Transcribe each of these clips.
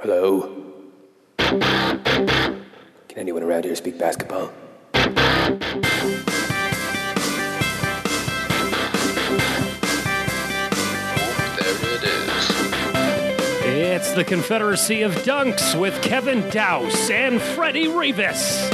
Hello? Can anyone around here speak basketball? There it is. It's the Confederacy of Dunks with Kevin Douse and Freddie Revis.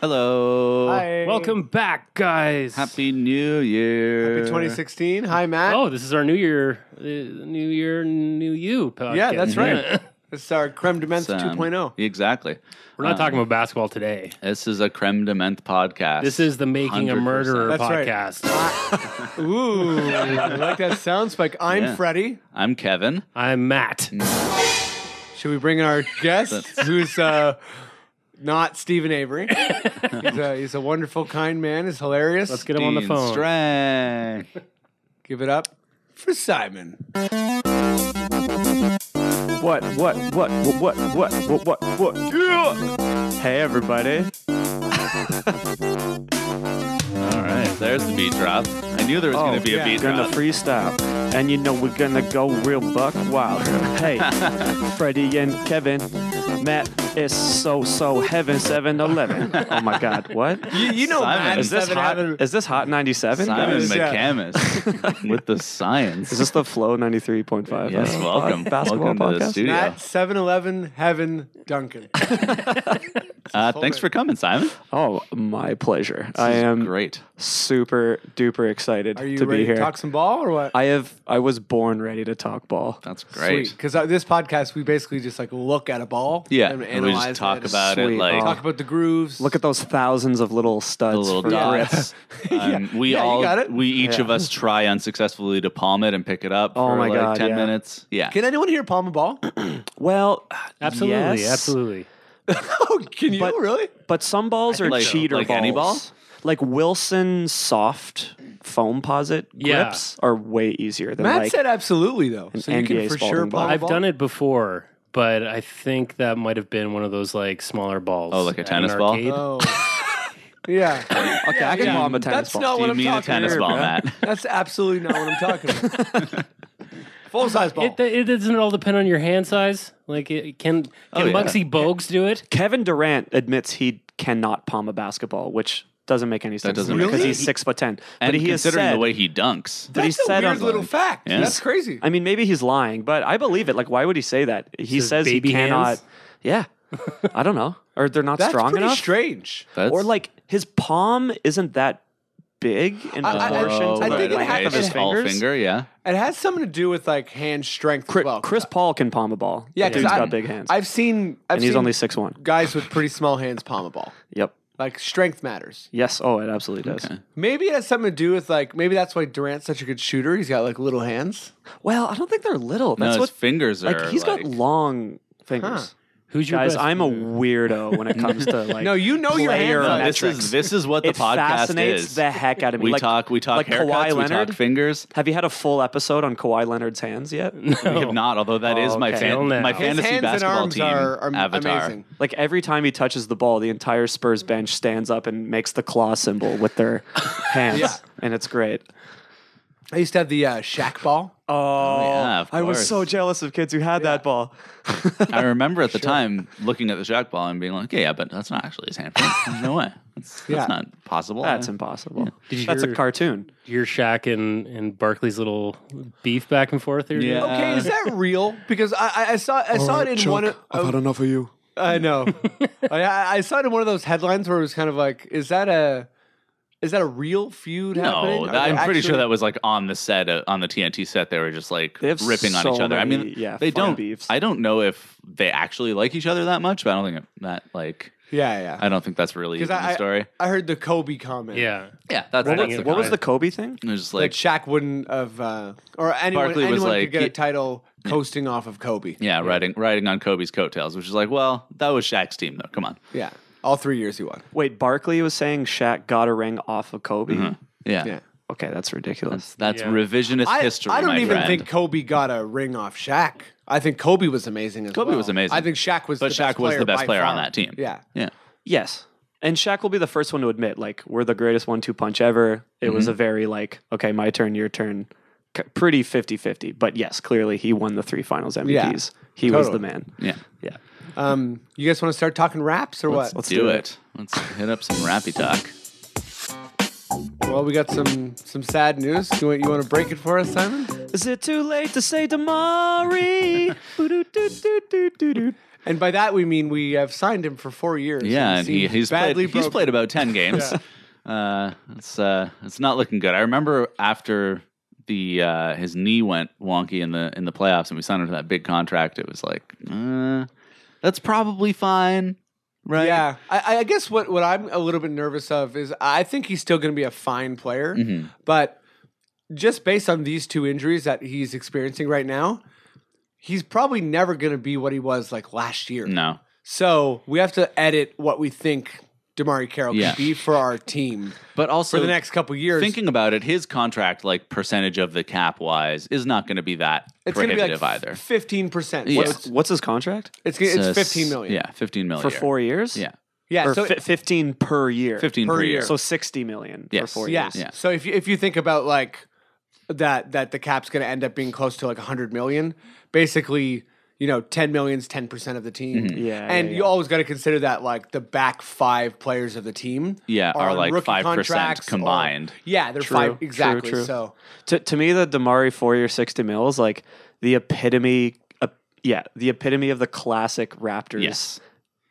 Hello. Hi. Welcome back, guys. Happy New Year. Happy 2016. Hi, Matt. Oh, this is our New Year, uh, New Year, New You podcast. yeah, that's right. It's our creme de menthe oh. It's, um, 2.0. Exactly. We're not talking about basketball today. This is a creme de menthe podcast. This is the Making a 100%. Murderer That's right. podcast. Ooh, I like that sound spike. I'm Yeah. Freddie. I'm Kevin. I'm Matt. Should we bring in our guest, who's uh, not Stephen Avery? he's, a, he's a wonderful, kind man. He's hilarious. Let's get him on the Dean phone. Strang. give it up for Simon. What, what, what, what, what, what, what, what, what? Yeah! Hey, everybody. All right. There's the beat drop. I knew there was going to be Oh, yeah. a beat Gonna drop. freestyle. And you know we're gonna go real buck wild. Hey, Freddie and Kevin. Matt is so, so heaven 7 Eleven. Oh my god, what? You, you know Simon. Matt Is Is this Seven hot? Heaven- Is this hot 97? Simon guys. Yeah. McCamus with the science. Is this the flow 93.5? yes, uh, welcome. Basketball welcome to the podcast? studio. Matt 7 Eleven Heaven Duncan. Uh, thanks for coming, Simon. Oh, my pleasure. I This is Um, am great. super duper excited Are you to ready be here. to talk some ball or what? I have I was born ready to talk ball. That's great. Because uh, this podcast, we basically just like look at a ball. Yeah, And and we analyze just talk it. Oh, about it Sweet. like Talk about the grooves. Look at those thousands of little the studs. little for grip. dots. Um, we Yeah, you all, got it. we each Yeah. of us try unsuccessfully to palm it and pick it up Oh for my like God, ten yeah. minutes. Yeah, Can anyone here palm a ball? Well, Absolutely, yes, absolutely. Oh, can you But- really? But some balls are Like- cheater like balls. any ball? Like Wilson soft foam posit Yeah. grips are way easier than Matt like said absolutely though. So you NBA can for sure Spalding ball. palm a I've ball. done it before, but I think that might have been one of those like smaller balls. Oh, like a at tennis an ball? arcade. Oh. yeah. okay, I can palm a tennis That's ball. not Do what you I'm mean a talking tennis here, ball, bro. Matt? That's absolutely not what I'm talking about. Full size ball. It, it doesn't it all depend on your hand size. Like, it, can can yeah. Muggsy Bogues do it? Kevin Durant admits he cannot palm a basketball, which doesn't make any sense doesn't to me make because sense. he's six foot ten. and but he has considering said, the way he dunks, but he That's a said weird on- little fact. Yeah. That's crazy. I mean, maybe he's lying, but I believe it. Like, why would he say that? He Says says he baby hands? cannot. Yeah, I don't know, or they're not That's strong pretty enough. strange. that's, or like his palm isn't that big in proportion I- to I the think it length happened of to his his tall fingers. finger. Yeah, It has something to do with like hand strength Chris, as well. Chris Paul can palm a ball. Yeah, Yeah, dude's 'cause I- got big hands, I've seen I've and he's seen only six one. guys with pretty small hands palm a ball. Yep. Like strength matters. Yes. Oh, it absolutely does. Maybe it has something to do with like maybe that's why Durant's such a good shooter. He's got like little hands. Well, I don't think they're little. no, That's his what. fingers are. Like he's got long fingers. Who's your Guys, best I'm a player? weirdo when it comes to like. No, you know your player hand. No, size. this is metrics. this is what the it podcast fascinates is. the heck out of me. we Like- talk we talk like haircuts, Kawhi we Leonard. talk fingers. Have you had a full episode on Kawhi Leonard's hands yet? We have not, although that is my Oh. Okay. fan, Till now. my His His fantasy hands and basketball arms team are, are avatar. amazing. Like every time he touches the ball, the entire Spurs bench stands up and makes the claw symbol with their hands, Yeah. and it's great. I used to have the uh, Shaq ball. Oh, yeah, of I was so course. jealous of kids who had that ball. I remember at the time looking at the jack ball and being like, "Yeah, yeah, but that's not actually his hand. no way. That's, that's Yeah. not possible. That's I- impossible. Did you That's hear- a cartoon. your Shaq and and Barkley's little beef back and forth here. dude? Yeah. Okay, is that real? Because I, I- I saw I saw it in one. Of, Uh, I've had enough of you. I know. I, I I saw it in one of those headlines where it was kind of like, is that a is that a real feud happening? No, that, Are they I'm pretty sure actually- that was like on the set uh, on the TNT set. They were just like They have ripping on so each other. I mean, many, yeah, they fun don't. beefs. I don't know if they actually like each other that much, but I don't think that like. Yeah, yeah. I don't think that's really in 'Cause the I- story. I heard the Kobe comment. yeah. Yeah, that's, What that's was- the What was Right. the Kobe thing? It was just Like like Shaq wouldn't have, uh, or anyone, Barkley was anyone like, could get he- a title coasting off of Kobe. yeah, riding riding on Kobe's coattails, which is like, well, that was Shaq's team though. Come on, Yeah. All three years he won. Wait, Barkley was saying Shaq got a ring off of Kobe. yeah, Yeah. Okay, that's ridiculous. Uh-huh. that's Yeah. revisionist I, history. I don't my even friend. think Kobe got a ring off Shaq. I think Kobe was amazing as Kobe well. was amazing. I think Shaq was but the Shaq best was player the best by player on far. that team. Yeah. yeah. Yes. And Shaq will be the first one to admit, like, we're the greatest one two punch ever. It was a very, like, okay, my turn, your turn c- pretty 50-50. But yes, clearly he won the three Finals MVPs. Yeah, he was the totally. man. Yeah. Yeah. Um, you guys want to start talking raps or what? Let's Do, it. Let's hit up some rappy talk. Well, we got some some sad news. You want you want to break it for us, Simon? Is it too late to say Damari? Boo-doo-doo-doo-doo-doo-doo. And by that we mean we have signed him for four years. Yeah, and he, seems he's played. badly He's broken. played about ten games. uh, it's uh, it's not looking good. I remember after the uh, his knee went wonky in the in the playoffs, and we signed him to that big contract. It was like, uh, that's probably fine, right? Yeah, I, I guess what, what I'm a little bit nervous of is I think he's still going to be a fine player, Mm-hmm. but just based on these two injuries that he's experiencing right now, he's probably never going to be what he was like last year. No. So we have to edit what we think Damari Carroll Yeah. could be for our team But also for the next couple years. Thinking about it, his contract, like percentage of the cap wise, is not going to be that it's going to be prohibitive like either. fifteen percent. Yeah. It's, What's his contract? it's, gonna- So it's s- fifteen million. Yeah, fifteen million For four years? Yeah, yeah. Or Uh, So fi- 15 per year. fifteen Per per, year. year. So 60 million for Yes. four yeah. years. Yeah. So if you, if you think about like that that the cap's going to end up being close to like 100 million, basically, you know, 10 million's 10% of the team. Mm-hmm. Yeah, And yeah, you yeah. always got to consider that like the back 5 players of the team Yeah, are, on like, rookie 5% contracts or- combined. yeah, they're True, 5 true, exactly. true. So To, to me, the Damari four year 60 mil is like the epitome. Uh, yeah, the epitome of the classic Raptors Yes.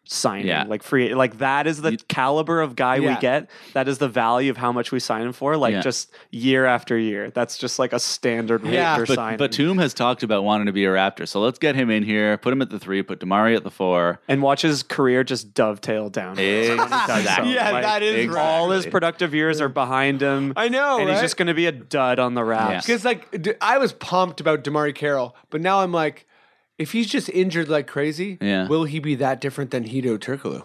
signing. Yeah. Like free, like that is the caliber of guy Yeah. we get. That is the value of how much we sign him for. Like Yeah. just year after year. That's just like a standard Yeah. Raptor But signing. Batum has talked about wanting to be a Raptor, so let's get him in here. Put him at the three. Put Damari at the four. and watch his career just dovetail down. Exactly. Yeah, that is Exactly. right. All his productive years are behind him. I know, and he's right? just going to be a dud on the raps. Because like d- I was pumped about Damari Carroll, but now I'm like, if he's just injured like crazy, Yeah. will he be that different than Hito Turkoglu?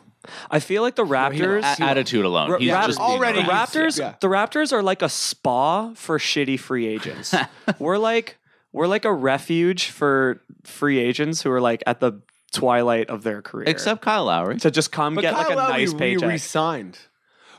I feel like the Raptors. A- attitude alone. Ra- He's Rap- just being already- the a he's- Raptors. yeah. The Raptors are like a spa for shitty free agents. we're like we're like a refuge for free agents who are like at the twilight of their career. Except Kyle Lowry. to just come get like a nice we paycheck. resigned.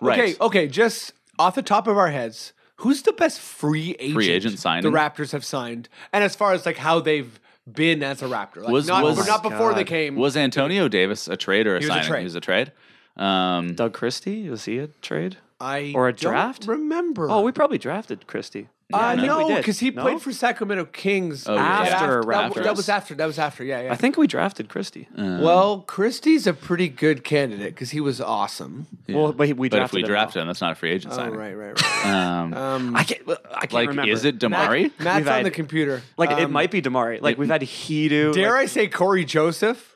Right. Okay, okay, just off the top of our heads, who's the best free agent, agent signing? the Raptors have signed? And as far as like how they've been as a Raptor, like Was- not, was- not before they Oh God. came. Was Antonio Davis a trade or a He was a signing? trade. He was a trade. Um, Doug Christie was he a trade? I or a don't draft? Remember? Oh, we probably drafted Christie. uh, I think we no, did. because he No? played for Sacramento Kings yeah. After that, Raptors. Hmm. That was after. That was after. Yeah, yeah. I think we drafted Christie. Uh, well, Christie's a pretty good candidate because he was awesome. Well, but he- we but if drafted we him. draft him, that's not a free agent Oh, signing. right, Uh, right, right. Um, I can't. I can't like, remember. is it Damari? Matt's We've on had- the computer. Like it Um, might be Damari. Like we've had Hedo. Dare like, I say Corey Joseph?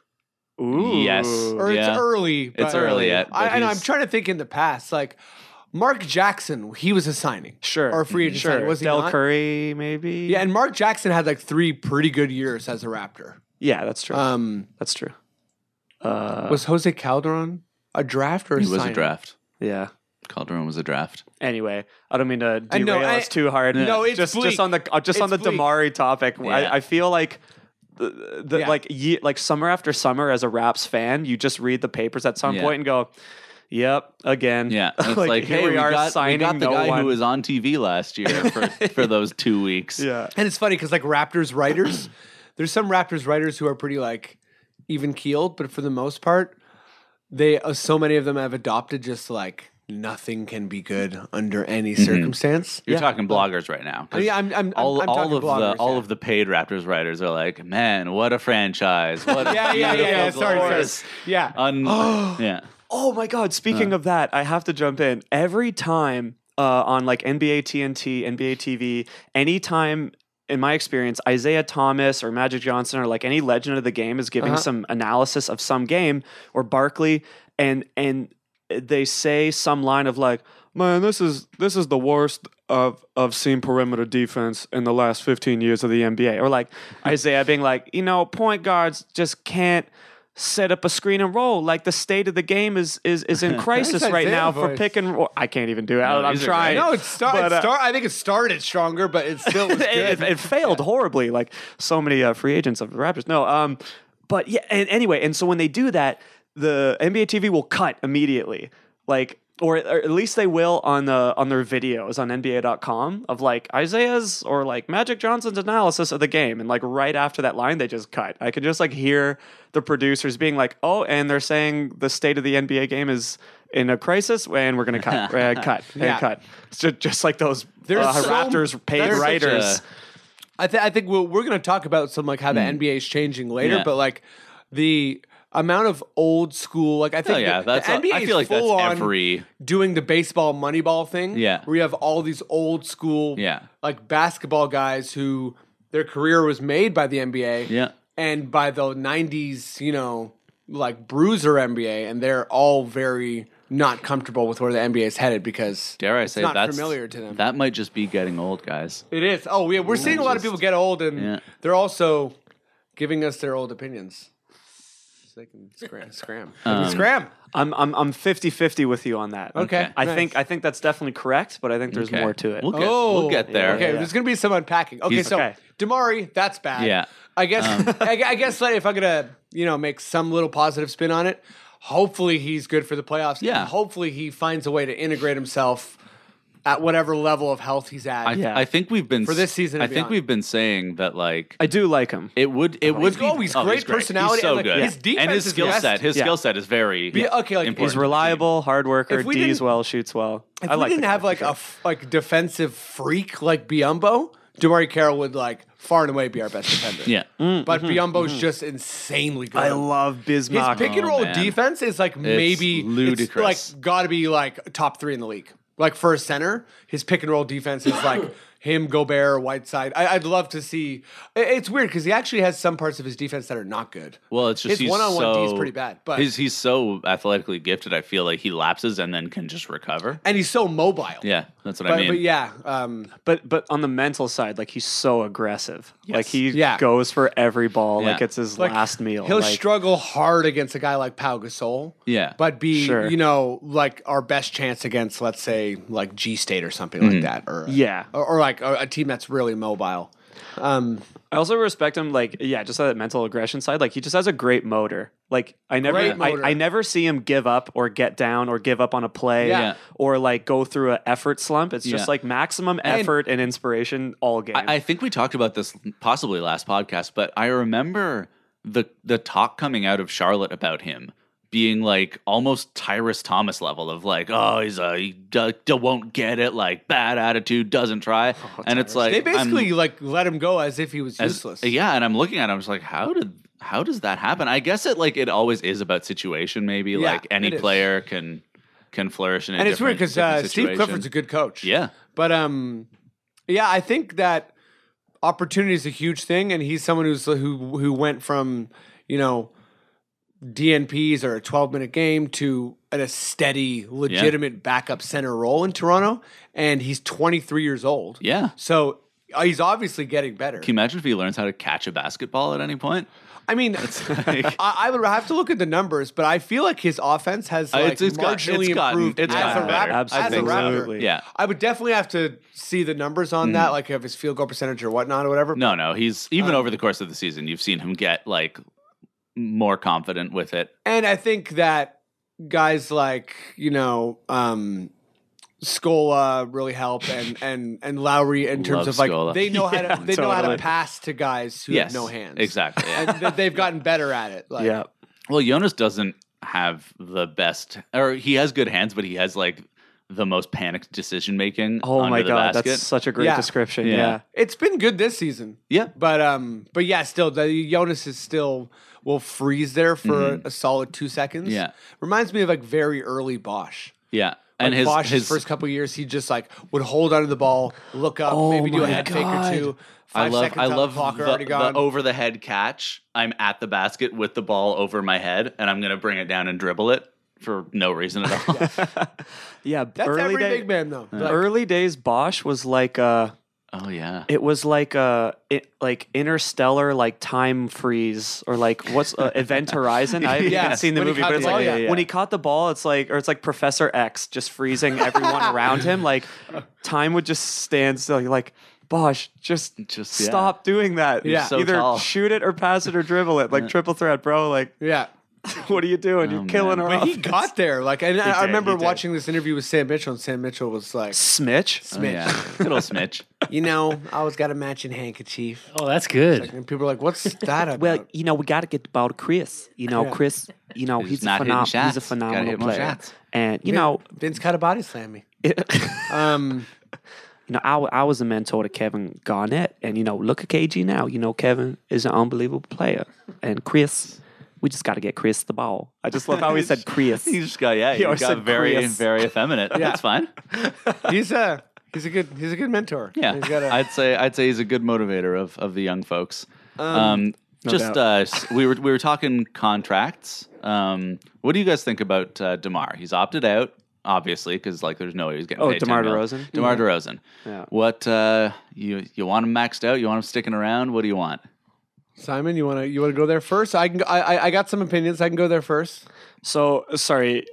Ooh. Yes. or Yeah. it's early. But um, early yet, I, but I know. I'm he's- trying to think in the past, like Mark Jackson, he was a signing, Sure. or a free agent Sure. signing, was he Del not? Curry, maybe. Yeah, and Mark Jackson had like three pretty good years as a Raptor. yeah, that's true. Um, that's true. Uh, was Jose Calderon a draft or a He was a signing? draft. yeah. Calderon was a draft. Anyway, I don't mean to I know, derail I- us too hard. No, it's just bleak. just on the uh, just on the It's bleak. Damari topic. Yeah. I, I feel like. The, the, Yeah. Like ye- like summer after summer, as a Raps fan, you just read the papers at some Yeah. point and go, "Yep, again." Yeah, and it's Like, like, here hey, we we, are got, signing we got the no guy one. who was on TV last year for, for those two weeks. yeah. And it's funny because like Raptors writers, there's some Raptors writers who are pretty like even keeled, but for the most part, they uh, so many of them have adopted just like nothing can be good under any circumstance. You're talking bloggers right now. 'cause I mean, I'm, I'm, Mm-hmm. all, I'm, I'm all talking of bloggers, the all yeah. of the paid Raptors writers are like, man, what a franchise! What a yeah, yeah, yeah, yeah. beautiful Sorry, sorry. glorious- Yeah. Un- yeah, Oh my God! Speaking of that, I have to jump in. Every time uh, on like NBA TNT, NBA TV, anytime in my experience, Isaiah Thomas or Magic Johnson or like any legend of the game is giving some analysis of some game or Barkley, and and they say some line of like, "Man, this is this is the worst of of seen perimeter defense in the last fifteen years of the NBA," or like Isaiah being like, "You know, point guards just can't." set up a screen and roll. Like the state of the game is is is in crisis Nice right Isaiah now for voice. pick and roll. I can't even do it. I, am these are trying. great. No, it started. But, uh, I think it started stronger, but it still was it, good. it failed horribly, like so many uh, free agents of the Raptors. No, um, but yeah. And anyway, and so when they do that, the NBA TV will cut immediately. Like or, or at least they will on the on their videos on NBA.com of like Isaiah's or like Magic Johnson's analysis of the game, and like right after that line they just cut. I can just like hear the producers being like, "Oh," and they're saying the state of the NBA game is in a crisis, and we're gonna cut, uh, cut, and Yeah. cut. So just like those There's uh, so- Raptors paid there's such writers. a- I, th- I think we'll, we're going to talk about some like how the NBA is changing later, Hmm. Yeah. but like the amount of old school, like I think Oh yeah, the, that's. the NBA I feel like is that's full on every. doing the baseball moneyball thing. Yeah. Where you have all these old school Yeah. like basketball guys who their career was made by the NBA. Yeah. And by the nineties, you know, like bruiser NBA, and they're all very not comfortable with where the NBA is headed because Dare I it's say not that's familiar to them. That might just be getting old, guys. it is. Oh yeah, we're seeing a lot of people get old and Yeah. they're also giving us their old opinions. So they can scram scram. Um, scram. I'm I'm I'm 50-50 with you on that. Okay. I nice. think I think that's definitely correct, but I think there's Okay. more to it. We'll get, we'll get there. Oh, Okay, yeah. there's gonna be some unpacking. Okay, He's- so Okay. Damari, that's bad. Yeah. Um, I guess. I, I guess like, if I'm gonna, you know, make some little positive spin on it, hopefully he's good for the playoffs. and Yeah. hopefully he finds a way to integrate himself at whatever level of health he's at. I, Yeah. I think we've been For this season I and think beyond. we've been saying that like I do like him. it would it would be oh, he's great personality, He's so and, like, good. his defense and his is skill best. set. His Yeah. skill set is very Be- okay, like, important. He's reliable, hard worker, If we D's didn't- well, shoots well. If I we like the didn't guy have for like sure. a f- like defensive freak like Biombo, Damari Carroll would like far and away be our best defender. yeah. but Mm-hmm. Biombo's just insanely good. I love His Bismarck. pick and Oh, roll man. defense is like maybe it's, ludicrous. like got to be like top three in the league. Like for a center, his pick and roll defense is like him, Gobert, Whiteside. I, I'd love to see. i- It's weird because he actually has some parts of his defense that are not good. Well, it's just His he's one-on-one D is so- pretty bad, but- he's he's so athletically gifted. I feel like he lapses and then can just recover. and he's so mobile. Yeah, that's what but, I mean. but yeah, um, but but on the mental side, like he's so aggressive. Like he Yeah. goes for every ball, like Yeah. it's his like, last meal. He'll like, struggle hard against a guy like Pau Gasol. Yeah. but be Sure. you know like our best chance against, let's say, like G State or something Mm. like that, or Yeah. or, or like a, a team that's really mobile. Um, I also respect him, like yeah, just on that mental aggression side. Like he just has a great motor. Like I never, Great I, motor. I never see him give up or get down or give up on a play Yeah. Yeah. or like go through an effort slump. It's Yeah. just like maximum effort and inspiration all game. I, I think we talked about this possibly last podcast, but I remember the the talk coming out of Charlotte about him being like almost Tyrus Thomas level of like, oh, he's a he d- d- won't get it, like bad attitude, doesn't try, and it's like Oh, They I'm- basically like let him go as if he was as- useless. Yeah, and I'm looking at him, I'm just like, how did how does that happen? I guess it like it always is about situation. Maybe Yeah, like any it is. player can can flourish in a and it's weird different- because uh, different Steve situation. Clifford's a good coach. yeah. but um, yeah, I think that opportunity is a huge thing, and he's someone who's who who went from you know DNPs or a 12 minute game to an, a steady, legitimate backup center role in Toronto, and he's 23 years old. Yeah. so. uh, He's obviously getting better. Can you imagine if he learns how to catch a basketball at any point? I mean, Like, I, I would have to look at the numbers, but I feel like his offense has like, Uh, it's- it's got- marginally it's gotten- improved it's as, gotten a better. rap, as a Absolutely. rapper. yeah. I would definitely have to see the numbers on that, like if his field goal percentage or whatnot or whatever. Mm. No, no, he's even Um, over the course of the season, you've seen him get like more confident with it. And I think that guys like you know um, Scola really help, and and and Lowry in terms Love of like Scola. they know how Yeah, to they know how totally. to pass to guys who yes, have no hands exactly. and that they've gotten better at it. Like, yeah. well, Jonas doesn't have the best, or he has good hands, but he has like the most panicked decision making. Oh my the god, basket. that's such a great Yeah. description. Yeah. Yeah. it's been good this season. yeah. But um, but yeah, still the Jonas is still will freeze there for a solid two seconds. Mm-hmm. Yeah. reminds me of like very early Bosch. Yeah, and Like his Bosch's his first couple years, he just like would hold onto the ball, look up, Oh maybe do a my head God. fake or two. I Five love seconds I on the love clock are the, already gone. over the head catch. I'm at the basket with the ball over my head, and I'm gonna bring it down and dribble it for no reason at all. Yeah. That's early every day- big man though. the early days Bosch was like uh oh yeah, it was like a it, like interstellar like time freeze or like what's uh, event horizon i haven't Yes, even seen the when he movie caught but the it's ball, like yeah, yeah. when he caught the ball it's like or it's like professor x just freezing everyone around him like time would just stand still you're like Bosch, just Just- just yeah. stop doing that. Yeah. so either tall. shoot it or pass it or dribble it, like triple threat, bro. Like Yeah. what are you doing? Oh, You're killing man. her. But off. he got there. Like, and I, I did, remember he did. watching this interview with Sam Mitchell, and Sam Mitchell was like, Smitch. Oh, yeah, good old Smitch. you know, I always got a matching handkerchief. Oh, that's good. And people are like, what's that about? Well, you know, we got to get about Chris. You know, Yeah. Chris. You know, He's he's, not a hitting phenom- shots. he's a Gotta phenomenal hit more player. shots. And you Vin- know, Vince got a body slam me. Um, you know, I, w- I was a mentor to Kevin Garnett, and you know, look at KG now. You know, Kevin is an unbelievable player, and Chris, we just got to get Chris the ball. I just love how he said Chris. He just got yeah. He, always got said very Chris. very effeminate. That's fine. he's a he's a good he's a good mentor. Yeah, he's got a, I'd say I'd say he's a good motivator of of the young folks. Um, just doubt. uh, s- we were we were talking contracts. Um, what do you guys think about uh, Demar? He's opted out, obviously, because like there's no way he's getting. Oh, paid DeMar 10 mil. DeRozan? Demar Derozan. Yeah. What uh, you you want him maxed out? You want him sticking around? What do you want? Simon, you want to you want to go there first? I can. go- I, I I got some opinions. I can go there first. so sorry,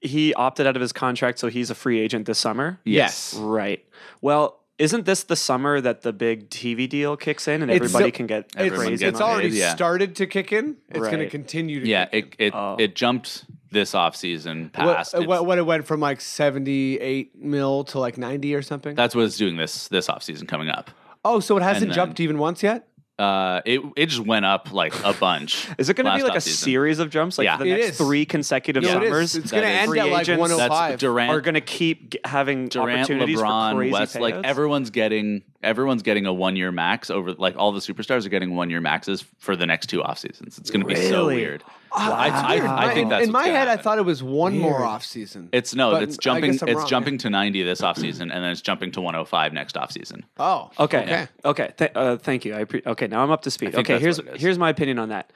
he opted out of his contract, so he's a free agent this summer. Yes. Right. Well, isn't this the summer that the big TV deal kicks in and It's everybody so- can get Everyone it's crazy? gets it's money? already paid, yeah. started to kick in. It's going to Right. continue to. Yeah. kick It it it jumped this offseason in. past. What, It's- what, what it went from like seventy eight mil to like ninety or something. that's what it's doing this this offseason coming up. oh, so it hasn't and then- jumped even once yet. Uh, it it just went up like a bunch. Is it going to last be like a offseason. series of jumps? Like Yeah. the It next is. three consecutive No, it summers is. It's that going to is- end Free at like agents, one hundred That's five. Durant. are going to keep g- having Durant, opportunities for LeBron, crazy West, like payouts? everyone's getting everyone's getting a one year max over like all the superstars are getting one year maxes for the next two off seasons. It's going to be so Really? weird. I, I- I think Oh, in, that's what's in my gonna head. I happen. thought it was one more off season. it's no, but it's I jumping. guess I'm It's wrong, jumping to ninety this off season, and then it's jumping to one hundred five next off season. oh, Okay. okay. Okay. Th- uh, thank you. I appre okay. Now I'm up to speed. think Okay. that's Here's what it is. here's my opinion on that.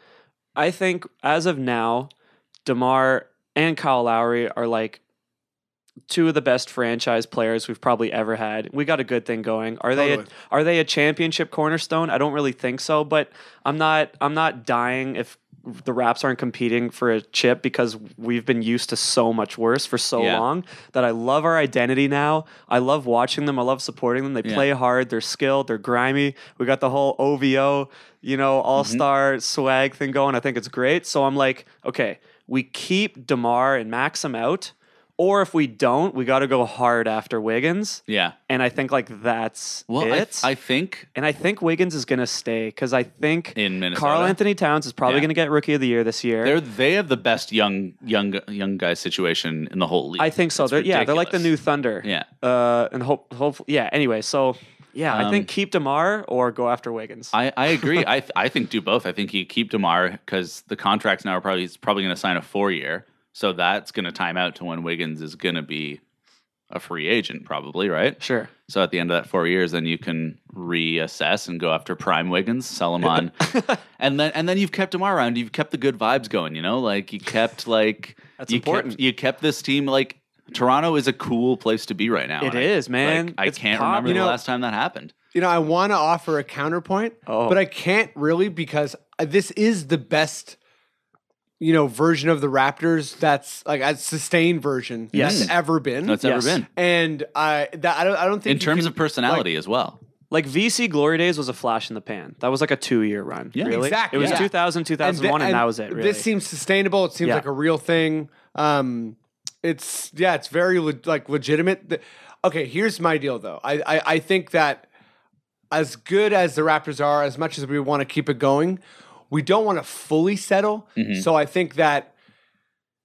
I think as of now, Demar and Kyle Lowry are like two of the best franchise players we've probably ever had. We got a good thing going. Are they a, Totally. are they a championship cornerstone? I don't really think so, but I'm not I'm not dying if the Raps aren't competing for a chip because we've been used to so much worse for so Yeah. long that I love our identity now. I love watching them. I love supporting them. They Yeah. play hard. They're skilled. They're grimy. We got the whole OVO, you know, Mm-hmm. all star swag thing going. I think it's great. So I'm like, okay, we keep DeMar and Maxim out. Or if we don't, we got to go hard after Wiggins. Yeah. And I think like that's Well, I, it. I think and I think Wiggins is going to stay because I think In Minnesota? Carl Anthony Towns is probably Yeah. going to get Rookie of the Year this year. they're they have the best young young young guy situation in the whole league. I think so. It's They're, yeah, they're like the new ridiculous. Thunder. Yeah. Uh, and hope, hope, yeah. Anyway, so yeah, I Um, think keep Demar or go after Wiggins. I, I agree. I th- I think do both. I think you keep Demar because the contracts now are probably he's probably going to sign a four year, so that's going to time out to when Wiggins is going to be a free agent, probably right. sure. So at the end of that four years, then you can reassess and go after prime Wiggins, sell him on, and then and then you've kept Demar around. You've kept the good vibes going. You know, like you kept like That's you important. Kept, you kept this team like. Toronto is a cool place to be right now. It It is, is, man. I It's can't pop- remember you the know- last time that happened. you know, I want to offer a counterpoint, Oh. but I can't really because this is the best, you know, version of the Raptors that's like a sustained version Yes. that's ever been. That's Yes. ever been and I that I don't I don't think in you terms can- of personality as well. Like VC Glory Days was a flash in the pan. That was like a two year run. Yeah. really. Exactly, It was yeah. 2000, and 2001, thi- and, that was it. Really. This seems sustainable. It seems Yeah. like a real thing. Um, it's yeah, it's very le- like legitimate. The- okay, here's my deal though. I, I I think that as good as the Raptors are, as much as we want to keep it going, we don't want to fully settle. Mm-hmm. So I think that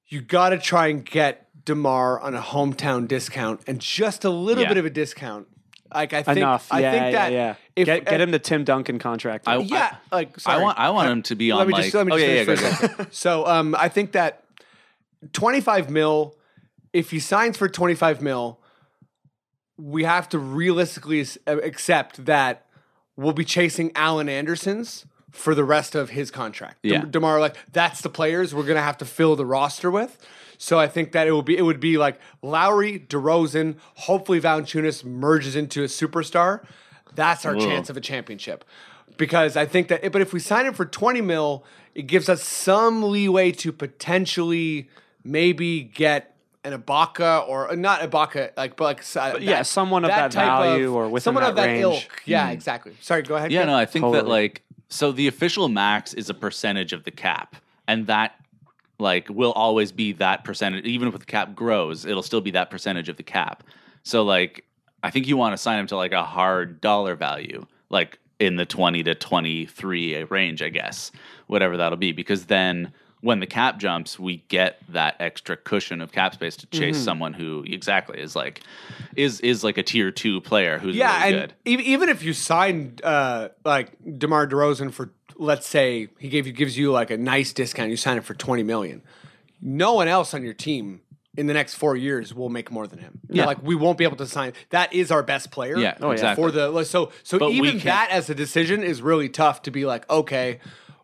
you got to try and get Demar on a hometown discount and just a little Yeah. bit of a discount. Like I think, Enough. I yeah, think yeah, that yeah. if- get, get him the Tim Duncan contract. I- yeah, like sorry. I want I want him to be on let me like just let me oh just yeah, yeah finish go, for a second. so um, I think that 25 mil, if he signs for 25 mil, we have to realistically s- uh, accept that we'll be chasing Allen Anderson's for the rest of his contract. Dem- Yeah. Demar, like that's the players we're gonna have to fill the roster with. So I think that it will be it would be like Lowry, DeRozan, hopefully Valanciunas merges into a superstar. That's our chance of a championship. Because I think that, but if we sign him for 20 mil, it gives us some leeway to potentially maybe get an Ibaka or uh, not Ibaka, like, but like, uh, that- yeah, someone of that type value or within someone that of that range. Hmm. ilk. Yeah, exactly. Sorry, go ahead. yeah Kev. no I think that Totally. like so the official max is a percentage of the cap and that like will always be that percentage. Even if the cap grows, it'll still be that percentage of the cap. So like I think you want to sign him to like a hard dollar value, like in the twenty to twenty three range, I guess, whatever that'll be, because then when the cap jumps, we get that extra cushion of cap space to chase Mm-hmm. someone who exactly is like is is like a tier two player who's Yeah, really and good. ev- even if you signed uh, like Demar Derozan for, let's say he gave you gives you like a nice discount, you sign it for twenty million. No one else on your team in the next four years will make more than him. Yeah. like we won't be able to sign. That is our best player. Yeah, Oh, yeah. exactly. For the so so But we even can't- that as a decision is really tough to be like okay.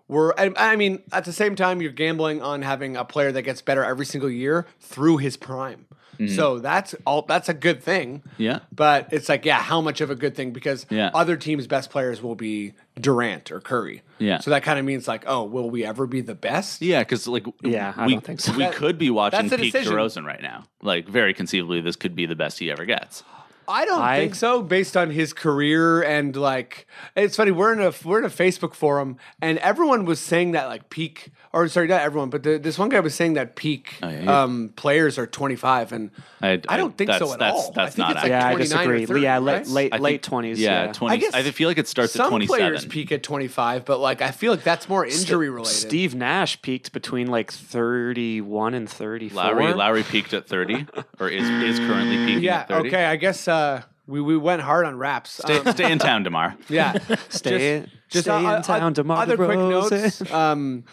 We're, I I mean, at the same time, you're gambling on having a player that gets better every single year through his prime. So that's all. That's a good thing. Mm-hmm. Yeah. But it's like, yeah, how much of a good thing? Because Yeah. other teams' best players will be Durant or Curry. Yeah. So that kind of means like, oh, will we ever be the best? Yeah, because like Yeah, I we, don't think so. We That- could be watching that's a peak decision. DeRozan right now. Like very conceivably, this could be the best he ever gets. I don't I- think so, based on his career and like it's funny, we're in a we're in a Facebook forum and everyone was saying that like peak or sorry, not everyone, but the, this one guy was saying that peak Oh, yeah, yeah. um players are twenty five and I- I- I don't think that's- so at that's- all. that's I think not it's like yeah, I 29 or disagree. 30, yeah, right? late late I think- late twenties. Yeah, twenty. I, guess feel like it starts at Some twenty players seven. peak at twenty five, but like I feel like that's more injury related. Steve Nash peaked between like thirty one and thirty four. Lowry Lowry peaked at thirty, or is is currently peaking Yeah. at thirty. Okay. I guess uh, we we went hard on raps. Stay, Um, stay in town, Demar. yeah. Stay, Just stay o- o- in town, DeMar Other quick DeRozan. notes. Um,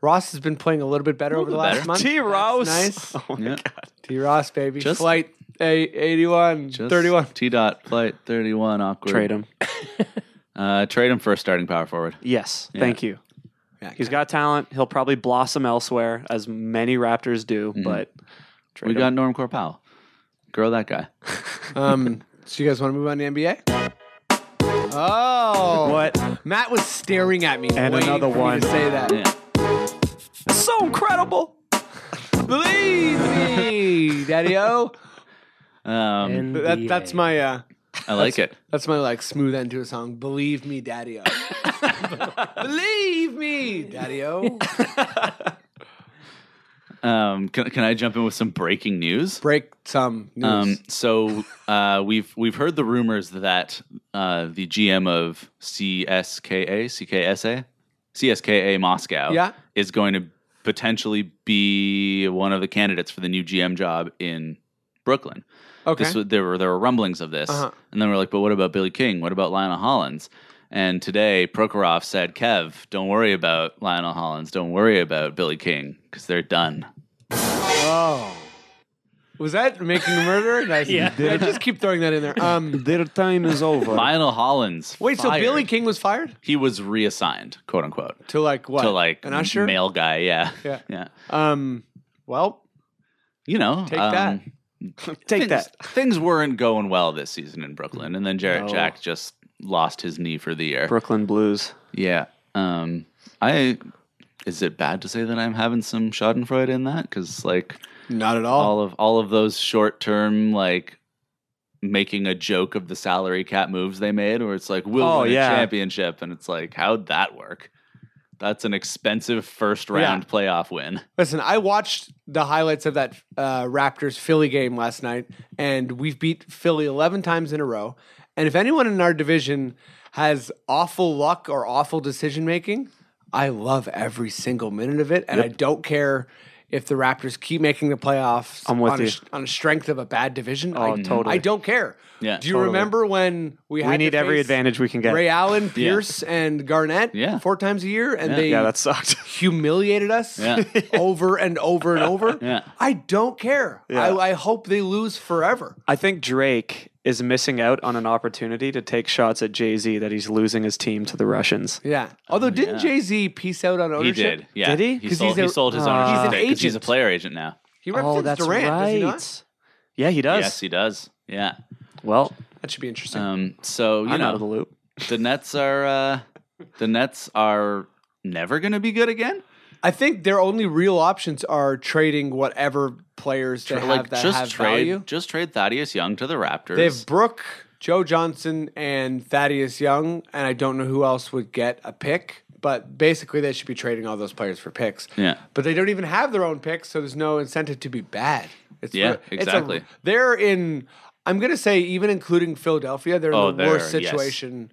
Ross has been playing a little bit better over the bit last better. month. T. Ross. That's nice. Oh my Yeah. god. T. Ross, baby. Just- Flight a- 81, 31. T dot flight thirty one awkward. Trade him. Uh, trade him for a starting power forward. Yes. Thank you. Yeah, He's got talent. He'll probably blossom elsewhere, as many Raptors do. Mm-hmm. But trade We him. got Norm Corpal. Grow that guy. Um, so you guys want to move on to NBA? Oh, What? Matt was staring at me. And waiting another for me one. to say that. Yeah. So incredible. Believe me, Daddy O. Um, NBA. That, that's my uh, I like it. That's my like smooth end to a song. Believe me, Daddy O. Believe me, Daddy O. Um, can, can I jump in with some breaking news? Break some news. Um, so uh, we've we've heard the rumors that uh, the GM of CSKA, CKSA, CSKA Moscow, Yeah. is going to potentially be one of the candidates for the new GM job in Brooklyn. okay. This was, there were there were rumblings of this, Uh-huh. and then we're like, but what about Billy King? What about Lionel Hollins? And today, Prokhorov said, "Kev, don't worry about Lionel Hollins. Don't worry about Billy King because they're done." oh. Was that making a murderer? Nice. Yeah. I just keep throwing that in there. Um, Their time is over. Lionel Hollins. wait, so fired. Billy King was fired he was reassigned, quote unquote, to like what? to like an usher. male guy. Yeah, Yeah. yeah. Um, well, You know, Take um, that. Take things, that. Things weren't going well this season in Brooklyn, and then Jarrett No. Jack just lost his knee for the year. Brooklyn Blues. yeah. Um, I is it bad to say that I'm having some Schadenfreude in that? Because like not at all. all of all of those short term like. Making a joke of the salary cap moves they made, where it's like, we'll Oh, win yeah. a championship. And it's like, how'd that work? That's an expensive first round playoff win. Listen, I watched the highlights of that uh, Raptors Philly game last night, and we've beat Philly 11 times in a row. And if anyone in our division has awful luck or awful decision making, I love every single minute of it. And I don't care if the Raptors keep making the playoffs I'm with on, you. A, sh- on a strength of a bad division. Oh, I, totally. I don't care. Yeah, Do you totally. remember when we had We to need every face advantage we can get. Ray Allen, Pierce, and Garnett Yeah. four times a year, and they yeah, that sucked. humiliated us Yeah. over and over and over. Yeah. I don't care. Yeah. I, I hope they lose forever. I think Drake is missing out on an opportunity to take shots at Jay Z that he's losing his team to the Russians. Yeah. Although, didn't Jay Z piece out on Oh, He ownership? did. Yeah. Did he? He 'Cause sold, he's a- uh, he sold his Ah. ownership He's an stake because he's a agent. player agent now. He represents Durant, does he not? Oh, Yeah, he does. Yes, he does. Yeah. Well, That should be interesting. Um, so you I'm out of the know loop. the Nets are uh, the Nets are never going to be good again. I think their only real options are trading whatever players they have like that just have trade value. just trade Thaddeus Young to the Raptors. They have Brooke, Joe Johnson, and Thaddeus Young, and I don't know who else would get a pick. But basically, they should be trading all those players for picks. Yeah. But they don't even have their own picks, so there's no incentive to be bad. It's Yeah, it's a- exactly. they're in. I'm gonna say even including Philadelphia, they're in Oh, the worst they're- yes. situation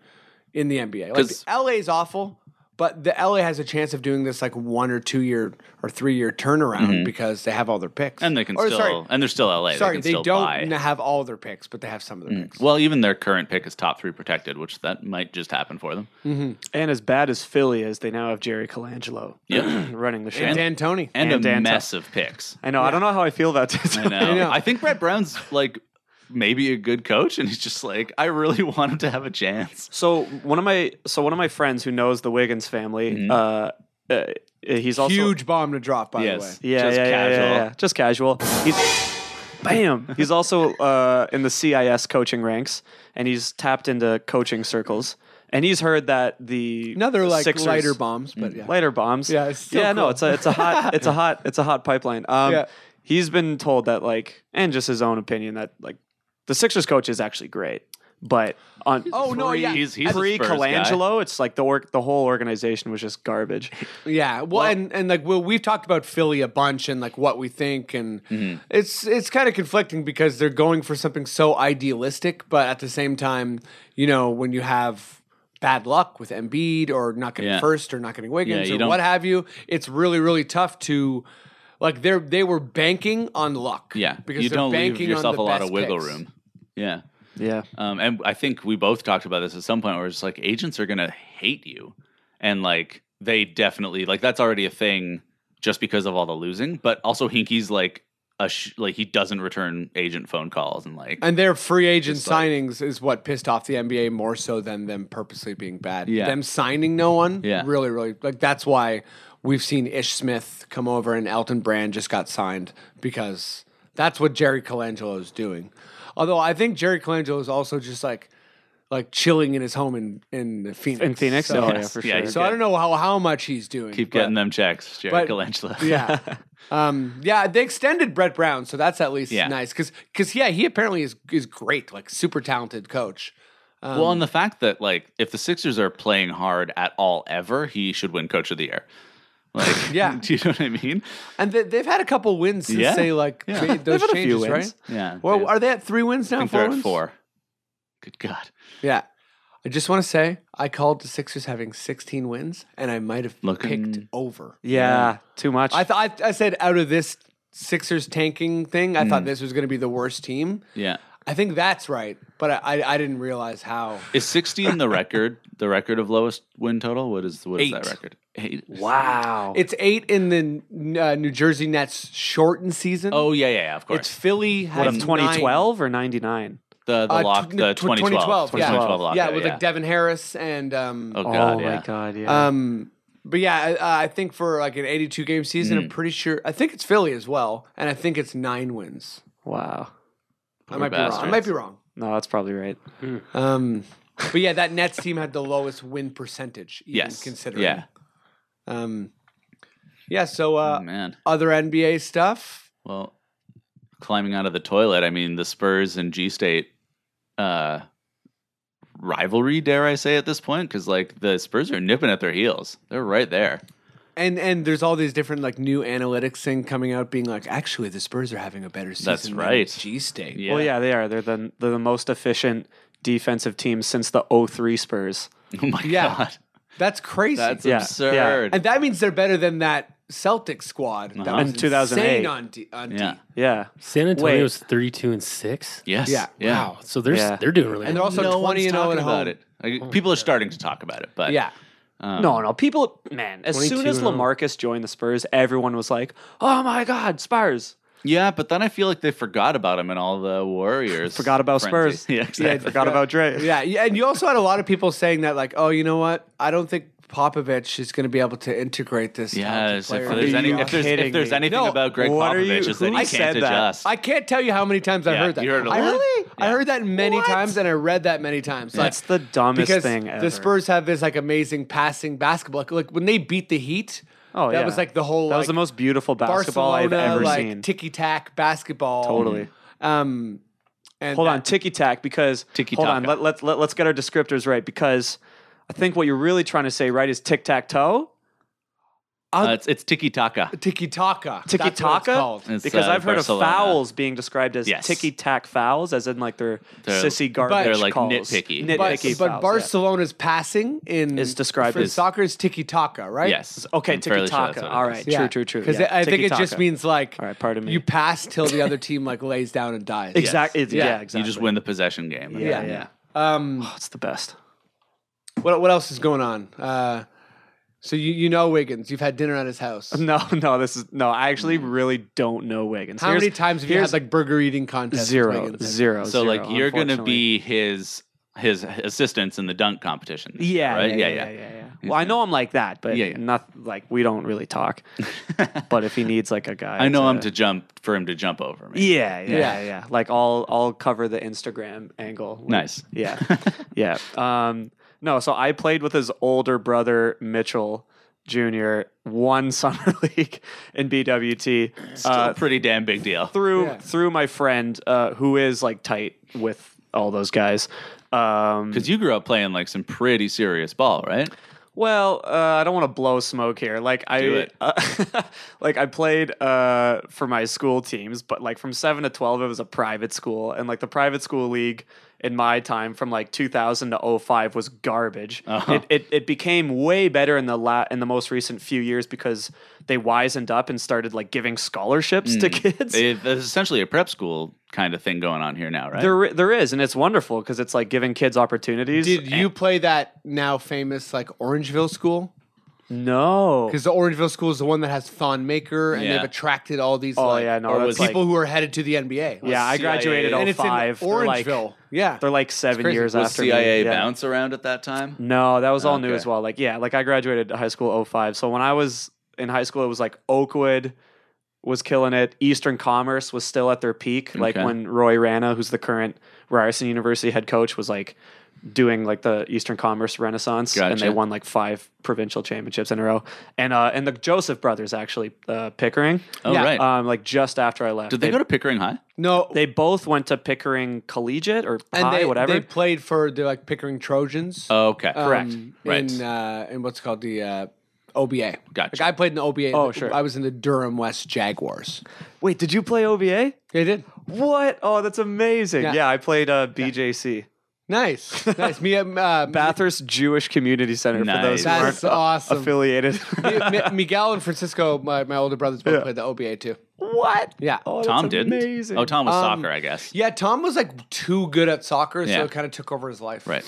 in the NBA. 'Cause- Like LA is awful, but the LA has a chance of doing this like one or two year or three year turnaround because they have all their picks Mm-hmm. and they can Or, still Sorry, and they're still LA. sorry, they can they still don't buy. Mm. n- have all their picks, but they have some of their picks. Well, even their current pick is top three protected, which that might just happen for them. And as bad as Philly is, they now have Jerry Colangelo Yeah. running the show. And Dan Tony. And, And a Danta. mess of picks. I know. I don't know how I feel about this. I know. I, know. think Brett Brown's like maybe a good coach, and he's just like, I really want him to have a chance. So one of my so one of my friends who knows the Wiggins family, uh, uh, he's also Mm-hmm. Huge bomb to drop, by Yes. the way. Yeah, Just yeah, yeah, yeah, casual. yeah. just casual. He's bam. He's also uh, in the CIS coaching ranks, and he's tapped into coaching circles. And he's heard that the Another like Sixers- lighter bombs, but Mm. yeah. lighter bombs. Yeah, it's so yeah. No, cool. it's a it's a hot it's a hot it's a hot pipeline. Um, Yeah. he's been told that like, and just his own opinion that like, the Sixers coach is actually great, but on Oh no, yeah, He's he's a pre Spurs guy. Colangelo, it's like the work the whole organization was just garbage. yeah. Well, and and like well, we've talked about Philly a bunch and like what we think, and Mm-hmm. it's it's kind of conflicting because they're going for something so idealistic, but at the same time, you know, when you have bad luck with Embiid or not getting Yeah. first or not getting Wiggins you or don't- what have you, it's really really tough to. Like they're they were banking on luck. Yeah, because you they're don't leave banking on yourself the a lot best of wiggle picks. room. Yeah. Yeah. Um, and I think we both talked about this at some point where it's like agents are going to hate you. And like they definitely, like that's already a thing just because of all the losing. But also, Hinky's like, a sh- like he doesn't return agent phone calls and like And their free agent Just like- signings is what pissed off the NBA more so than them purposely being bad. Yeah. Them signing no one, Yeah. really, really like that's why we've seen Ish Smith come over and Elton Brand just got signed because that's what Jerry Colangelo is doing. Although I think Jerry Colangelo is also just like like chilling in his home in in Phoenix. In Phoenix, so, oh, yeah, for Yeah, sure. he's so I don't know how how much he's doing. keep but- getting them checks, Jerry but- Colangelo. yeah. Um, yeah, they extended Brett Brown, so that's at least Yeah. nice. Cause, 'cause, yeah, he apparently is is great, like super talented coach. um well, and the fact that like if the Sixers are playing hard at all ever, he should win Coach of the Year. Like, Yeah. do you know what I mean? And they, they've had a couple wins since Yeah. they like Yeah. made those had a few changes, wins. right? Yeah. Well, they- are they at three wins now? I think four they're at wins? four. Good God. Yeah. I just want to say I called the Sixers having 16 wins, and I might have picked Looking- over. Yeah, too much. I thought I, I said out of this Sixers tanking thing, I Mm. thought this was going to be the worst team. Yeah. I think that's right, but I I, I didn't realize how. Is 16 the record? The record of lowest win total? What is what is that Eight. record? Eight. wow. It's eight in the uh, New Jersey Nets shortened season. Oh yeah, yeah, yeah, of course. it's Philly. what Had of nine- 2012 or 99? the the uh, lock tw- the tw- 2012 2012, yeah. 2012 lockout, Yeah, with like Devin Harris and um, Oh god, yeah. god, yeah. um. But yeah, I, I think for like an 82 game season, Hmm. I'm pretty sure. I think it's Philly as well, and I think it's nine wins. wow. I might be wrong. I bastards. might be wrong. No, that's probably right. Um, but yeah, that Nets team had the lowest win percentage. Even Yes. considering. Yeah. Um, yeah. So uh, oh, man. other NBA stuff. Well, climbing out of the toilet. I mean, the Spurs and G State uh, rivalry, dare I say, at this point, because like the Spurs are nipping at their heels. They're right there. And and there's all these different like new analytics thing coming out, being like, actually, the Spurs are having a better season. That's right. G State. Yeah. Well, yeah, they are. They're the they're the most efficient defensive team since the 03 Spurs. Oh my Yeah. god. That's crazy. That's Yeah, yeah. absurd. and that means they're better than that Celtic squad that Uh-huh. was In 2008. insane on D. On Yeah. D. Yeah. San Antonio's Antonio's 32 and 6. Yes. Yeah. Wow. So they're, Yeah. they're doing really And they're well. also No 20 one's oh talking and 0 at about home. it. Like, people are starting to talk about it, but Yeah. Oh. no, no. People, man, as soon 22 as and oh. LaMarcus joined the Spurs, everyone was like, "Oh my god, Spurs." Yeah, but then I feel like they forgot about him and all the Warriors. Forgot about frenzy. Spurs. Yeah, exactly. Forgot about Dre. Yeah. yeah. And you also had a lot of people saying that, like, oh, you know what? I don't think Popovich is going to be able to integrate this. talented Yes, if player there's, into any, the if, there's, kidding if there's me. anything No, about Greg what are Popovich, you- is that who he said can't that? adjust. Uh, I can't tell you how many times I Yeah, heard that. you heard it a I lot. heard, Really? I Yeah. heard that many times, and I read that many times. Like, That's the dumbest because thing ever. the Spurs have this like amazing passing basketball. Like, like, when they beat the Heat, Oh, that yeah. was like the whole That was like, the most beautiful basketball Barcelona, I've ever like, seen. Ticky tack basketball. Totally. Um, and hold that- on, ticky tack because Tiki hold on, taka. let, let, let, let's get our descriptors right because I think what you're really trying to say, right, is tic tac toe. Uh, it's it's tiki taka. Tiki Taka. Tiki taka, It's, because uh, I've heard Barcelona. of fouls being described as Yes. ticky tack fouls, as in like they're, They're- sissy garbage they're, like, calls. nitpicky. But, Nitpicky but fouls, yeah. Barcelona's passing in Is described for as- soccer is tiki taka, right? Yes. Okay, I'm fairly tiki sure taka. that's what it All is. right, true, true, true. Because Yeah, I think it just tiki-taka. means like, All right, pardon me. you pass till the other team like lays down and dies. exactly. Yes. Yeah, Yeah. You exactly. You just win the possession game. and Yeah, then, yeah. Um, Oh, it's the best. what what else is going on? Uh, so you you know Wiggins, you've had dinner at his house. No, no, this is no. I actually really don't know Wiggins. Mm. How Here's- many times have you here's had like burger eating contests? with zero, Wiggins? zero? So zero, like you're gonna unfortunately. be his his assistants in the dunk competition. Yeah, Right? yeah, yeah, yeah, yeah, yeah. Well, I know I'm like that, but Yeah, yeah. not like we don't really talk. but if he needs like a guy, I know to, I'm to jump for him to jump over me. uh, Yeah, yeah, Yeah. yeah, Like I'll I'll cover the Instagram angle. Nice. Yeah, yeah. Um, no, so I played with his older brother Mitchell Jr. one summer league in BWT Still Uh, a pretty damn big deal. through Yeah. through my friend uh, who is like tight with all those guys. Um, Because you grew up playing like some pretty serious ball, right? Well, uh, I don't want to blow smoke here. Like Do I, it. uh, like I played uh, for my school teams, but like from seven to twelve, it was a private school, and like the private school league in my time from like 2000 to 05 was garbage. Uh-huh. It, it it became way better in the la- in the most recent few years because they wisened up and started like giving scholarships to kids. It, there's essentially a prep school kind of thing going on here now, right? there, there is, and it's wonderful because it's like giving kids opportunities. Did you play that now famous like Orangeville school? no? Because the Orangeville school is the one that has Thon Maker, and Yeah. they've attracted all these Oh like, yeah, no, or that's was like- people who are headed to the NBA. Yeah, I CIA. graduated And and it's in 05. They're like- Orangeville. yeah, They're like seven crazy. years Was after CIA me. Yeah. bounce around at that time? No, that was all new Okay. as well. Like yeah, like I graduated high school 05. So when I was in high school, it was like Oakwood was killing it. Eastern Commerce was still at their peak. Like Okay. when Roy Rana, who's the current Ryerson University head coach, was like doing like the Eastern Commerce Renaissance, and they Gotcha. won like five provincial championships in a row. And uh, and the Joseph brothers actually uh, Pickering, Oh, Yeah. right. um, like just after I left, Did they, go to Pickering High? no, They both went to Pickering Collegiate or and High, they whatever. they played for the like Pickering Trojans. Oh, okay. correct. um, Right. In, uh, in what's called the uh, OBA. Gotcha. Like I played in the OBA. Oh, sure. I was in the Durham West Jaguars. Wait, did you play OVA? They did. What? Oh, that's amazing. Yeah. Yeah, I played uh, BJC, Nice. Nice. Me, um, uh, Bathurst Jewish Community Center, for Nice. those who That's aren't awesome. affiliated. Mi- Mi- Miguel and Francisco, my, my older brothers, both Yeah. played the OBA too. what? Yeah. Oh, that's Tom didn't. Amazing. Oh, Tom was Um, soccer, I guess. Yeah, Tom was like too good at soccer, so Yeah. it kind of took over his life. Right.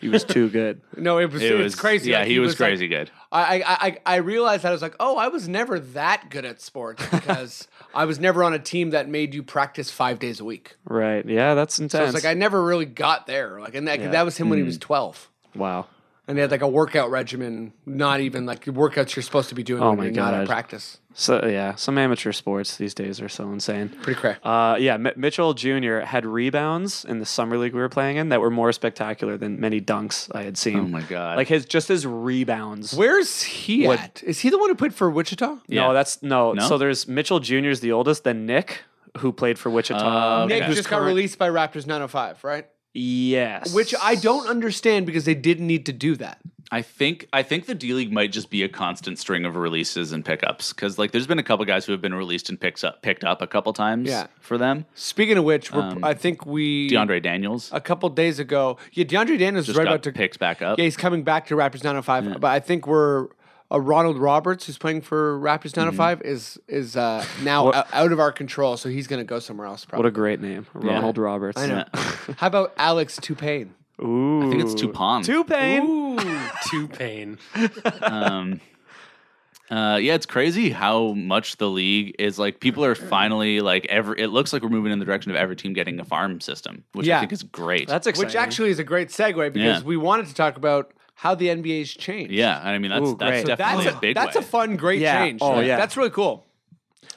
He was too good. No, it was, it was crazy. Yeah, Like, he, was, like- crazy good. I, I, I, I realized that I was like, oh, I was never that good at sports because I was never on a team that made you practice five days a week. Right. Yeah, that's So intense. it's like I never really got there. Like, and that, Yeah. that was him when he was Mm. twelve, wow. and he had like a workout regimen. Not even like the workouts you're supposed to be doing Oh when my you're not at God. practice. So yeah, some amateur sports these days are so insane. Pretty crazy. Uh, yeah, M- Mitchell Jr. had rebounds in the summer league we were playing in that were more spectacular than many dunks I had seen. Oh, my God. Like his just his rebounds. Where's he What- at? Is he the one who played for Wichita? No, Yeah. that's no. No? So there's Mitchell Jr. is the oldest, then Nick, who played for Wichita. Oh, okay. Nick who's just got current- released by Raptors 905, right? Yes. Which I don't understand because they didn't need to do that. I think I think the D League might just be a constant string of releases and pickups because like there's been a couple guys who have been released and picks up picked up a couple times Yeah. for them. Speaking of which, we're, I think we Um, DeAndre Daniels a couple days ago. Yeah, DeAndre Daniels is just right got about to picked back up. Yeah, he's coming back to Raptors 905, but I think we're uh, Ronald Roberts, who's playing for Mm-hmm. Raptors 905, is is uh, now o- out of our control, so he's going to go somewhere else. What a Probably. great name, Ronald Roberts. I know. Yeah. How about Alex Tupain? Ooh. I think it's Tupac. Tupain. Ooh, oh, two pain. um, uh, yeah, it's crazy how much the league is like. People Mm-hmm. are finally like every. It looks like we're moving in the direction of every team getting a farm system, which Yeah. I think is great. That's exciting. Which actually is a great segue because Yeah. we wanted to talk about how the NBA's changed. yeah, I mean that's Ooh, that's great. So definitely That's a, a, big. that's way. a fun, great Yeah. change. Oh, yeah. That's really cool.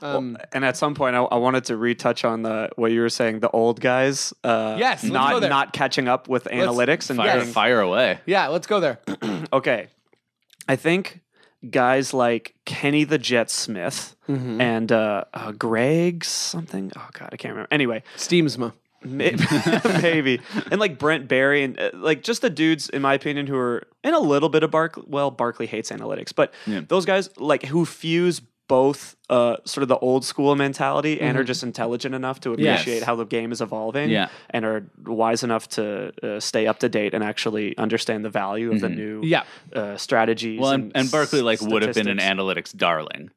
Um, and at some point, I, I wanted to retouch on the what you were saying, the old guys. Uh, Yes, let's go not there. not catching up with analytics and fire getting- fire away. yeah, let's go there. okay. I think guys like Kenny the Jet Smith Mm-hmm. and uh, uh, Greg something. Oh God, I can't remember. Anyway, Steamsma. Maybe, maybe, and like Brent Barry, and uh, like just the dudes, in my opinion, who are and a little bit of Bark. Well, Barkley hates analytics, but those guys like who fuse both uh, sort of the old school mentality and are just intelligent enough to Mm-hmm. Yes. appreciate how the game is evolving Yeah. and are wise enough to uh, stay up to date and actually understand the value of the new Yeah. uh, strategies. Mm-hmm. Well, and, and Barkley like would have been an analyst. analytics darling,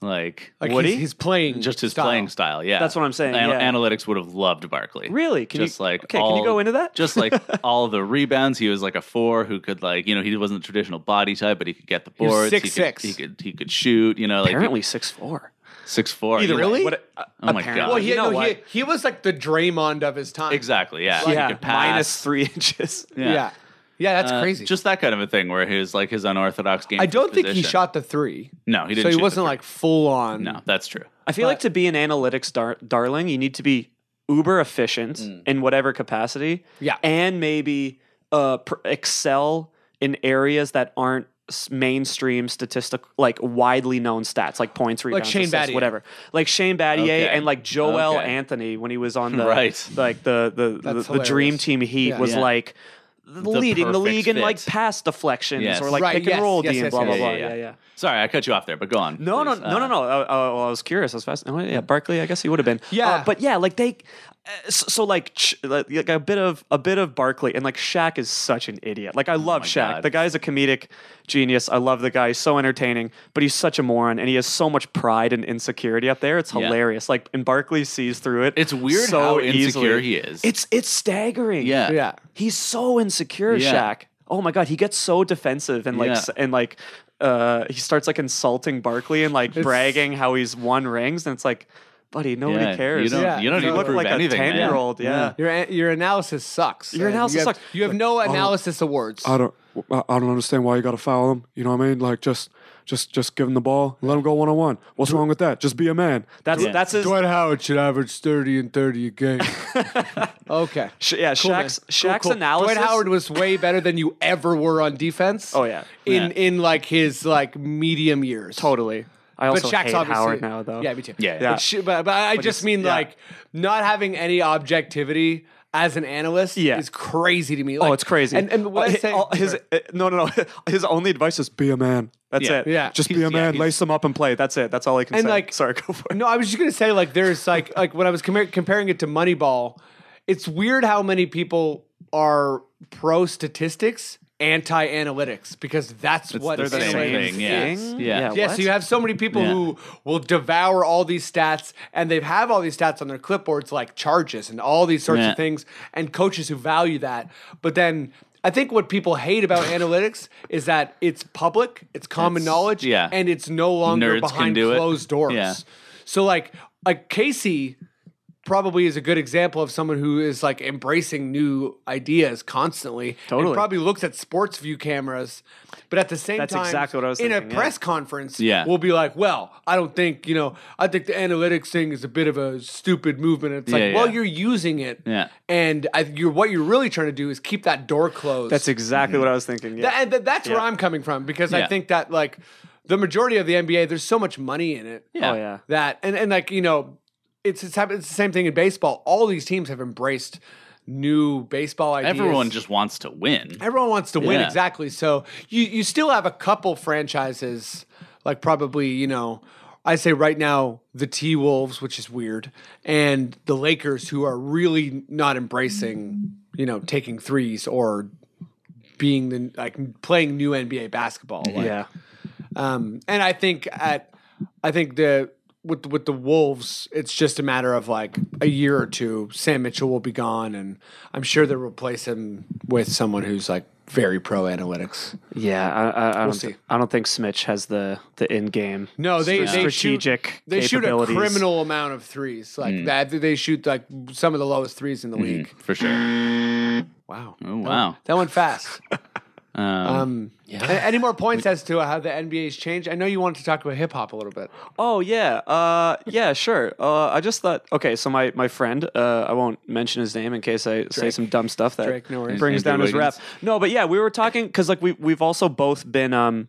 like, Like Would he's, he? he's playing just his style. playing style. Yeah, That's what I'm saying, Ana- yeah. Analytics would have loved Barkley. Really? Can just you, like okay? all, can you go into that? just like all the rebounds, he was like a four who could like you know he wasn't a traditional body type, but he could get the was boards. he, could, 6'6". he could he could shoot. You know, like apparently six four. six four. Either really? Oh my apparently. God. well, he, you know no, what? he, he was like the Draymond of his time. Exactly. Yeah. He yeah, could pass. minus three inches. Yeah. Yeah, that's Uh, crazy. Just that kind of a thing where he was like his unorthodox game. I from don't think he position. shot the three. No, he didn't. So shoot he the wasn't three. like full on. No, that's true. I feel like to be an analytics dar- darling, you need to be uber efficient in whatever capacity. Yeah. and maybe uh, pr- excel in areas that aren't s- mainstream statistic like widely known stats like points rebounds Shane assists, Battier. whatever like Shane Battier Okay. and like Joel Okay. Anthony when he was on the Right. like the the the, That's the dream hilarious. team heat Yeah. was Yeah. like leading the perfect league in like fit. pass deflections Yes. or like Right, pick and yes, roll yes, D and yes, blah yes, blah blah yes, yes. yeah yeah Sorry, I cut you off there, but go on. no, no, please. no, no, no. Uh, uh, well, I was curious. I was fast. Oh, yeah, Barkley. I guess he would have been. Yeah. Uh, but yeah, like they. uh, So, so like, ch- like like a bit of a bit of Barkley and like Shaq is such an idiot. Like I love Shaq. Oh God. The guy's a comedic genius. I love the guy. He's so entertaining, but he's such a moron and he has so much pride and insecurity up there. It's Yeah. hilarious. Like and Barkley sees through it. It's weird so how insecure easily. he is. It's it's staggering. yeah. Yeah. He's so insecure, Yeah. Shaq. Oh my god, he gets so defensive and like Yeah. s and like uh he starts like insulting Barkley and like bragging how he's won rings and it's like, buddy, nobody Yeah, cares. You don't, Yeah. you don't You even look prove like anything, a man. ten year old, yeah. Your an- your analysis sucks. Your and analysis you have, sucks. You have no oh. analysis awards. I don't I I don't understand why you got to foul him. You know what I mean? Like just just just give him the ball, and let him go one on one. What's wrong with that? Just be a man. That's Yeah. that's his Howard should average thirty and thirty a game. okay. sh- yeah, Shaq's Shaq's Cool. analysis. Dwight Howard was way better than you ever were on defense. Oh, yeah. in Yeah. in like his like medium years. totally. I But also Shaq's hate obviously Howard now though. Yeah, me too. Yeah. Yeah. But, sh- but, but I just he's- mean yeah. like not having any objectivity as an analyst Yeah. is crazy to me. Oh, Like- it's crazy. And and what Uh, I hi- say all- his Sorry. uh, no no no his only advice is Be a man. that's Yeah. it. Yeah. Just He's- be a yeah, man. he's- Lace Lace him up and play. That's it. That's all I can And, say. like- sorry, go for it. No, I was just gonna say like there's like like when I was compar- comparing it to Moneyball, it's weird how many people are pro statistics, anti analytics because that's It's- what they're the analytics same thing, is. yeah. Yeah. Yeah. Yeah, Yeah, what? so you have so many people Yeah. who will devour all these stats, and they have all these stats on their clipboards, like charges and all these sorts Yeah. of things, and coaches who value that. But then I think what people hate about analytics is that it's public, it's common It's- knowledge, yeah. and it's no longer Nerds can behind do it. closed doors. Yeah. So like like Casey probably is a good example of someone who is like embracing new ideas constantly. Totally. And probably looks at sports view cameras, but at the same That's time exactly what I was in thinking, a yeah. press conference Yeah. will be like, "Well, I don't think, you know, I think the analytics thing is a bit of a stupid movement." It's like, Yeah, "Well, yeah. you're using it." Yeah. And I, you're what you're really trying to do is keep that door closed. That's exactly Hmm. what I was thinking. Yeah. Th- and th- that's where Yeah. I'm coming from because Yeah. I think that like the majority of the NBA, there's so much money in it Yeah. Oh yeah. that and and like you know, it's it's, hap- it's the same thing in baseball. All these teams have embraced new baseball ideas. Everyone just wants to win. everyone wants to win Yeah. exactly. So you you still have a couple franchises like probably you know. I say right now the T Wolves, which is weird, and the Lakers, who are really not embracing, you know, taking threes or being the like playing new NBA basketball. Like, Yeah. um, and I think at I think the with with the Wolves, it's just a matter of like a year or two. Sam Mitchell will be gone, and I'm sure they'll replace him with someone who's like very pro analytics. Yeah, I, I, I don't. see. I don't think Smitch has the the in game. No, they they shoot strategic. they shoot a capabilities. criminal amount of threes. Like that, they shoot like some of the lowest threes in the league. For sure. Wow, Oh, wow. that went fast. Um, Um, a- Any more points as to how the NBA's changed? I know you wanted to talk about hip hop a little bit. Oh yeah, uh, yeah, sure. Uh, I just thought, okay, so my my friend, uh, I won't mention his name in case I say some dumb stuff that Drake, no worries. brings Andrew down his rep. Wiggins. No, but yeah, we were talking because like we we've also both been um,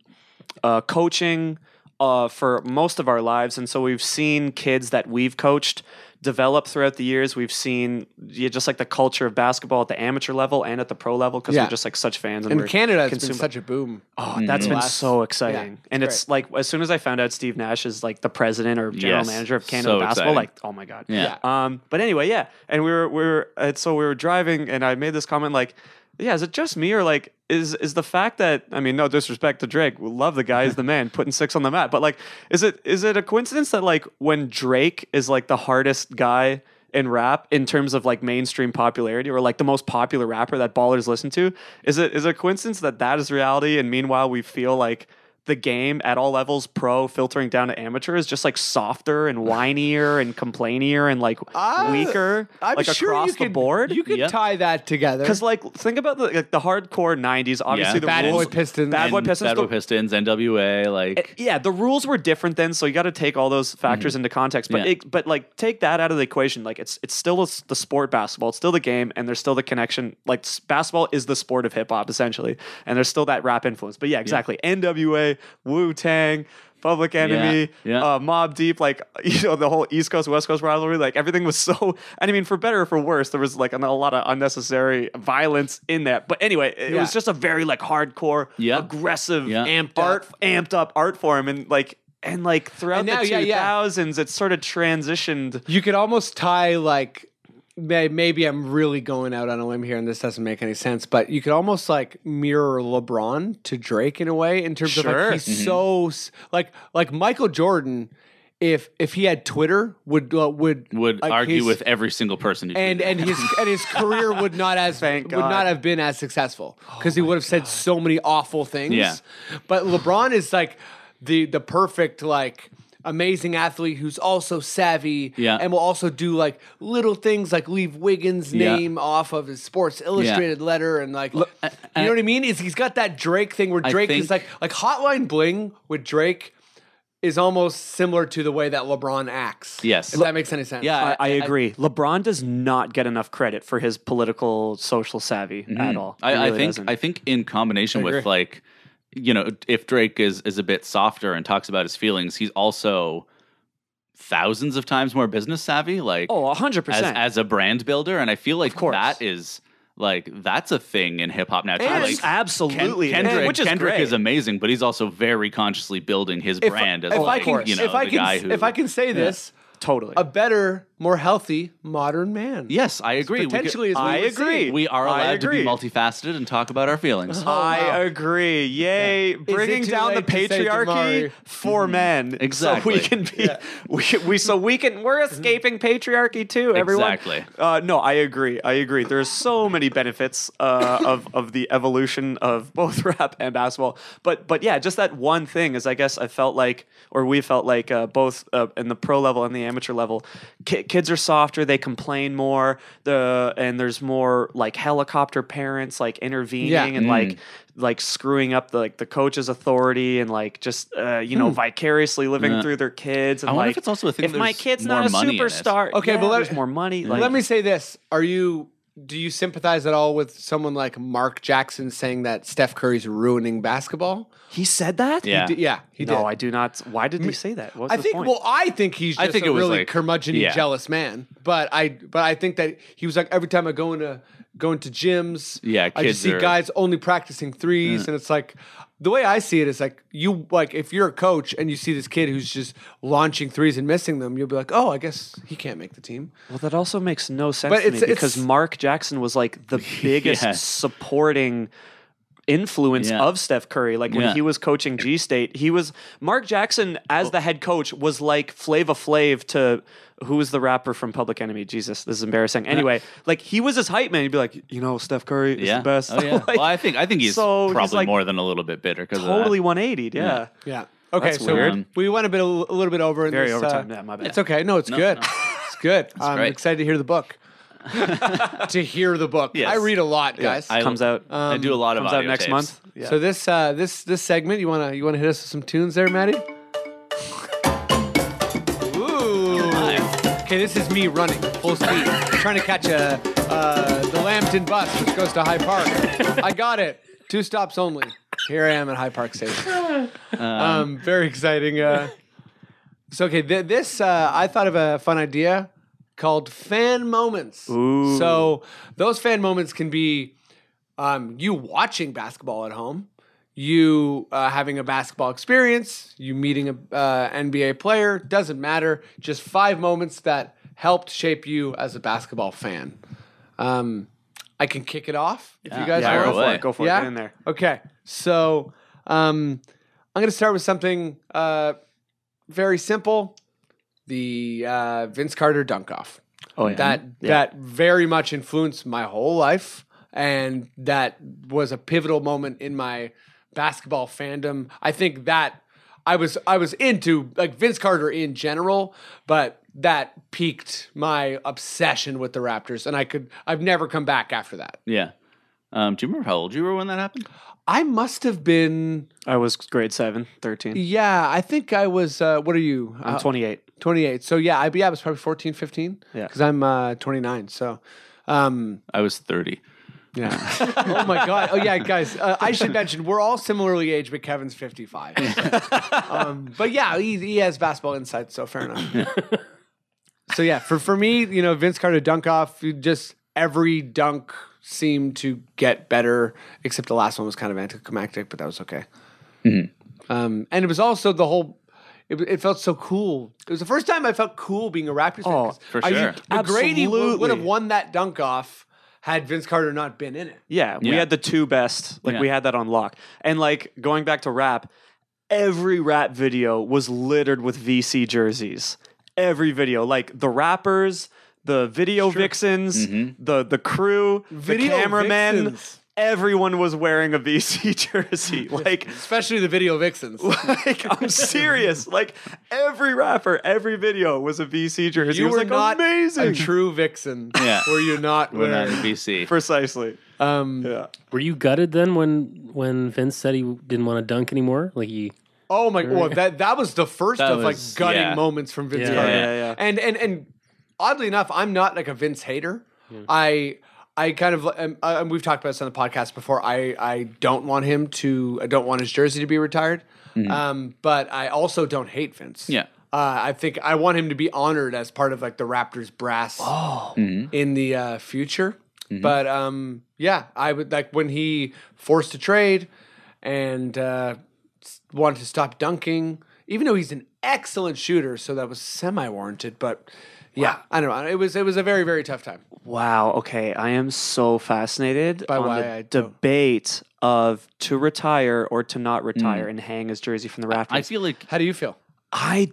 uh, coaching uh, for most of our lives, and so we've seen kids that we've coached develop throughout the years. We've seen yeah, just like the culture of basketball at the amateur level and at the pro level because Yeah. we're just like such fans. And, And we're Canada has been consumed- such a boom. Oh, Mm. that's been Last- so exciting. yeah, and it's it's like as soon as I found out Steve Nash is like the president or general Yes, manager of Canada so basketball, exciting. like oh my god. Yeah. Um but anyway, yeah. And we were we were and so we were driving and I made this comment like yeah, is it just me or like is is the fact that I mean no disrespect to Drake, we love the guy, he's the man, putting six on the map, but like is it is it a coincidence that like when Drake is like the hardest guy in rap in terms of like mainstream popularity or like the most popular rapper that ballers listen to is it is it a coincidence that that is reality and meanwhile we feel like the game at all levels pro filtering down to amateur is just like softer and whinier and complainier and like Ah, weaker I'm like sure across you the could- board You could Yep. tie that together. because like think about the like the hardcore 90s obviously Yeah. the Bad rules Boy Pistons. Bad Boy And Pistons, Bad Boy the- Pistons, NWA, like Eh, Mm-hmm. yeah, the rules were different then, so you got to take all those factors into context. But Yeah. it, but like take that out of the equation. Like it's it's still s- the sport basketball, it's still the game, and there's still the connection. Like s- basketball is the sport of hip hop essentially, and there's still that rap influence. But yeah, exactly. NWA, Wu Tang. Public Enemy, yeah. Uh, Mob Deep, like you know the whole East Coast West Coast rivalry, like everything was so. And I mean, for better or for worse, there was like a, a lot of unnecessary violence in that. But anyway, it Yeah. was just a very like hardcore, Yeah. aggressive, Yeah. Amped art up. amped up art form and like and like throughout And now- the yeah, yeah. 2000s it sort of transitioned you could almost tie like may- maybe I'm really going out on a limb here, and this doesn't make any sense, but you could almost like mirror LeBron to Drake in a way in terms of Sure. Mm-hmm. like he's so s- like like Michael Jordan. If if he had Twitter, would uh, would would like, argue his- with every single person. who and did and his and his career would not as Thank would God. not have been as successful because he would have said so many awful things. Oh Yeah. But LeBron is like the the perfect like amazing athlete who's also savvy Yeah. and will also do like little things like leave Wiggins' Yeah. name off of his Sports Illustrated letter and like you know what I mean? Is he's got that Drake thing where I Drake is think- like like Hotline Bling with Drake. Is almost similar to the way that LeBron acts. Yes. if that makes any sense. I, I agree lebron does not get enough credit for his political social savvy at all Mm-hmm. I, He I really think doesn't. I think in combination with like you know if Drake is is a bit softer and talks about his feelings, he's also thousands of times more business savvy. Like oh 100% as as a brand builder, and I feel like course. that is like that's a thing in hip hop now. too. Yes, Like, Ken- absolutely Kendrick, which is Kendrick great. is amazing, but he's also very consciously building his brand as if like, I can, you know if I the can, guy who if I can say this, totally a better, more healthy modern man. Yes, I agree. We could- potentially is what I we would see. agree. we are I allowed to be agree. Oh, multifaceted and talk about our feelings. I wow. agree. Yay! Bringing too down the late to say patriarchy Jamari? Mm-hmm. for men. Exactly. So we can be we, we so we can we're Mm-hmm. escaping patriarchy too, everyone. Exactly. Uh, no, I agree. I agree. There's so many benefits uh, of of the evolution of both rap and basketball. But but yeah, just that one thing is I guess I felt like or we felt like uh, both uh, in the pro level and the amateur level, ki- kids are softer. They complain more. The and there's more like helicopter parents like intervening Yeah. and like Mm. like screwing up the, like the coach's authority and like just uh, you know vicariously living through their kids. And Hmm. I wonder like, if it's also a thing If my there's kid's more not a money in it. superstar, Okay, but let- there's more money. Like, Let me say this: Are you? Do you sympathize at all with someone like Mark Jackson saying that Steph Curry's ruining basketball? He said that? Yeah. D- yeah, he no, did. I do not. Why did he say that? What's I his think. point? Well, I think he's I just think a it was, really like- curmudgeon-y, yeah. jealous man. But I, but I think that he was like every time I go into go into gyms, Yeah, I kids just see are- guys only practicing threes, and it's like the way I see it is like you like if you're a coach and you see this kid who's just launching threes and missing them, you'll be like, oh, I guess he can't make the team. Well, that also makes no sense But to me it's- it's- because Mark Jackson was like the biggest Yeah. supporting influence Yeah. of Steph Curry. Like when Yeah. he was coaching G State, he was Mark Jackson as the head coach was like Flava Flav to who was the rapper from Public Enemy? Jesus, this is embarrassing. Anyway, like he was his hype man. He'd be like, You know, Steph Curry is yeah. the best. Oh, yeah. Like, well, I think I think he's so he's probably like more than a little bit bitter because totally 180. Yeah. Yeah. Yeah. Okay, That's so weird. we went a bit a, little bit over in Very this, overtime. uh, Yeah, my bad. It's okay. No, it's good. It's good. I'm great. excited to hear the book. to hear the book. Yes. I read a lot, guys. Comes out. I do a lot of um, comes out audio next tapes. month. Yeah. So this uh, this this segment, you wanna you wanna hit us with some tunes there, Maddie? Ooh. Okay, this is me running full speed, trying to catch a uh, the Lambton bus, which goes to High Park. I got it. Two stops only. Here I am at High Park Station. Um, very exciting. Uh, so okay, th- this uh, I thought of a fun idea called fan moments. Ooh. So those fan moments can be um, you watching basketball at home, you uh, having a basketball experience, you meeting a uh, NBA player. Doesn't matter. Just five moments that helped shape you as a basketball fan. Um, I can kick it off if you guys Yeah, want. go for away. it. Go for it. Yeah? Get in there. Okay. So um, I'm going to start with something uh, very simple the uh, Vince Carter dunk off. Oh, yeah. That, that very much influenced my whole life. And that was a pivotal moment in my basketball fandom. I think that. I was I was into like Vince Carter in general, but that piqued my obsession with the Raptors, and I could I've never come back after that. Yeah. Um, do you remember how old you were when that happened? I must have been I was grade 7, 13. Yeah, I think I was. Uh, what are you? I'm Uh, 28. 28. So yeah, I, yeah, I was probably 14, 15. Yeah. Because I'm uh, 29. So. Um. I was 30. Yeah. oh my God. Oh yeah, guys. Uh, I should mention we're all similarly aged, but Kevin's fifty-five. um, but yeah, he, he has basketball insights, so fair enough. so yeah, for for me, you know, Vince Carter dunk off. you Just every dunk seemed to get better, except the last one was kind of anticlimactic, but that was okay. Mm-hmm. Um, and it was also the whole. It, it felt so cool. It was the first time I felt cool being a Raptors fan. Oh, 'cause for I- sure. McGrady would, would Absolutely. have won that dunk off had Vince Carter not been in it. Yeah, we Yeah. had the two best. Like we Yeah. had that on lock. And like going back to rap, every rap video was littered with VC jerseys. Every video, like the rappers, the video vixens, Mm-hmm. the the crew, Video the cameraman, vixens. everyone was wearing a VC jersey. Like Especially the video vixens. like I'm serious. Like every rapper, every video was a VC jersey. you it was were like not a amazing. true vixen. Yeah. Were you not When I was wearing? in BC. Precisely. Um, Yeah. Were you gutted then when when Vince said he didn't want to dunk anymore? Like he Oh my! Well, that that was the first That of like was- gutting yeah. moments from Vince Yeah. Carter. Yeah, yeah. And and and oddly enough, I'm not like a Vince hater. I I kind of um, uh, and we've talked about this on the podcast before. I I don't want him to. I don't want his jersey to be retired. Um, but I also don't hate Vince. Mm-hmm. Yeah. Uh, I think I want him to be honored as part of like the Raptors brass in the uh, future. But um, yeah, I would like when he forced a trade and uh, s- wanted to stop dunking, even though he's an excellent shooter, so that was semi warranted. But yeah, I don't know. It was it was a very very tough time. Wow. Okay. I am so fascinated By on why the I don't- debate of to retire or to not retire and hang his jersey from the Raptors. Mm. I, I feel like How do you feel?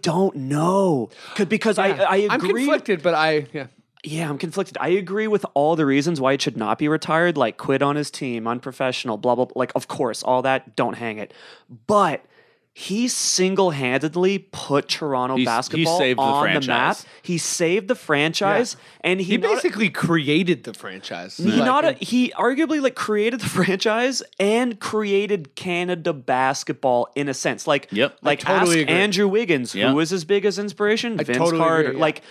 don't know 'Cause- because I I agree. I'm conflicted, but I yeah. Yeah, I'm conflicted. I agree with all the reasons why it should not be retired, like quit on his team, unprofessional, blah blah. blah. Like of course, all that. Don't hang it. But he single-handedly put Toronto He's- he basketball saved the on the map. franchise. He saved the franchise, and he, He not- basically created the franchise. He Like, not a, he arguably like created the franchise and created Canada basketball in a sense. Like Yep. I like totally ask agree. Andrew Wiggins, Yeah. who was his biggest inspiration? Vince totally agree, Carter. yeah. Like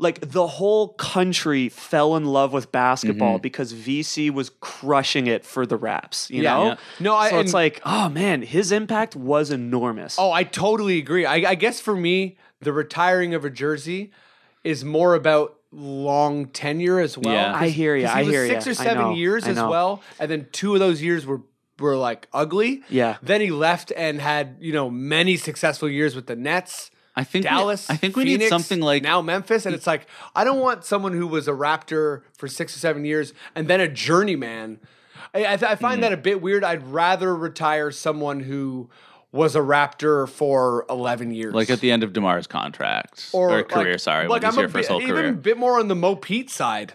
like the whole country fell in love with basketball Mm-hmm. because VC was crushing it for the Raps. You Yeah, know, yeah. No, I- so and- it's like oh man, his impact was enormous. Oh, I totally agree. I, I guess for me, the retiring of a jersey is more about long tenure as well. Yeah. 'Cause- I hear ya, 'cause I was hear ya. Six or I seven know, years I as know. well, and then two of those years were were like ugly. Yeah. Then he left and had you know many successful years with the Nets. I think we- Dallas. I think we need Phoenix, something like now Memphis, and it's like I don't want someone who was a Raptor for six or seven years and then a journeyman. I, I, I Hmm. find that a bit weird. I'd rather retire someone who was a Raptor for eleven years, like at the end of Demar's contract or, career. like- sorry, like when he's I'm a here for his bit- whole even career. Mm-hmm. a bit more on the Mo Pete side.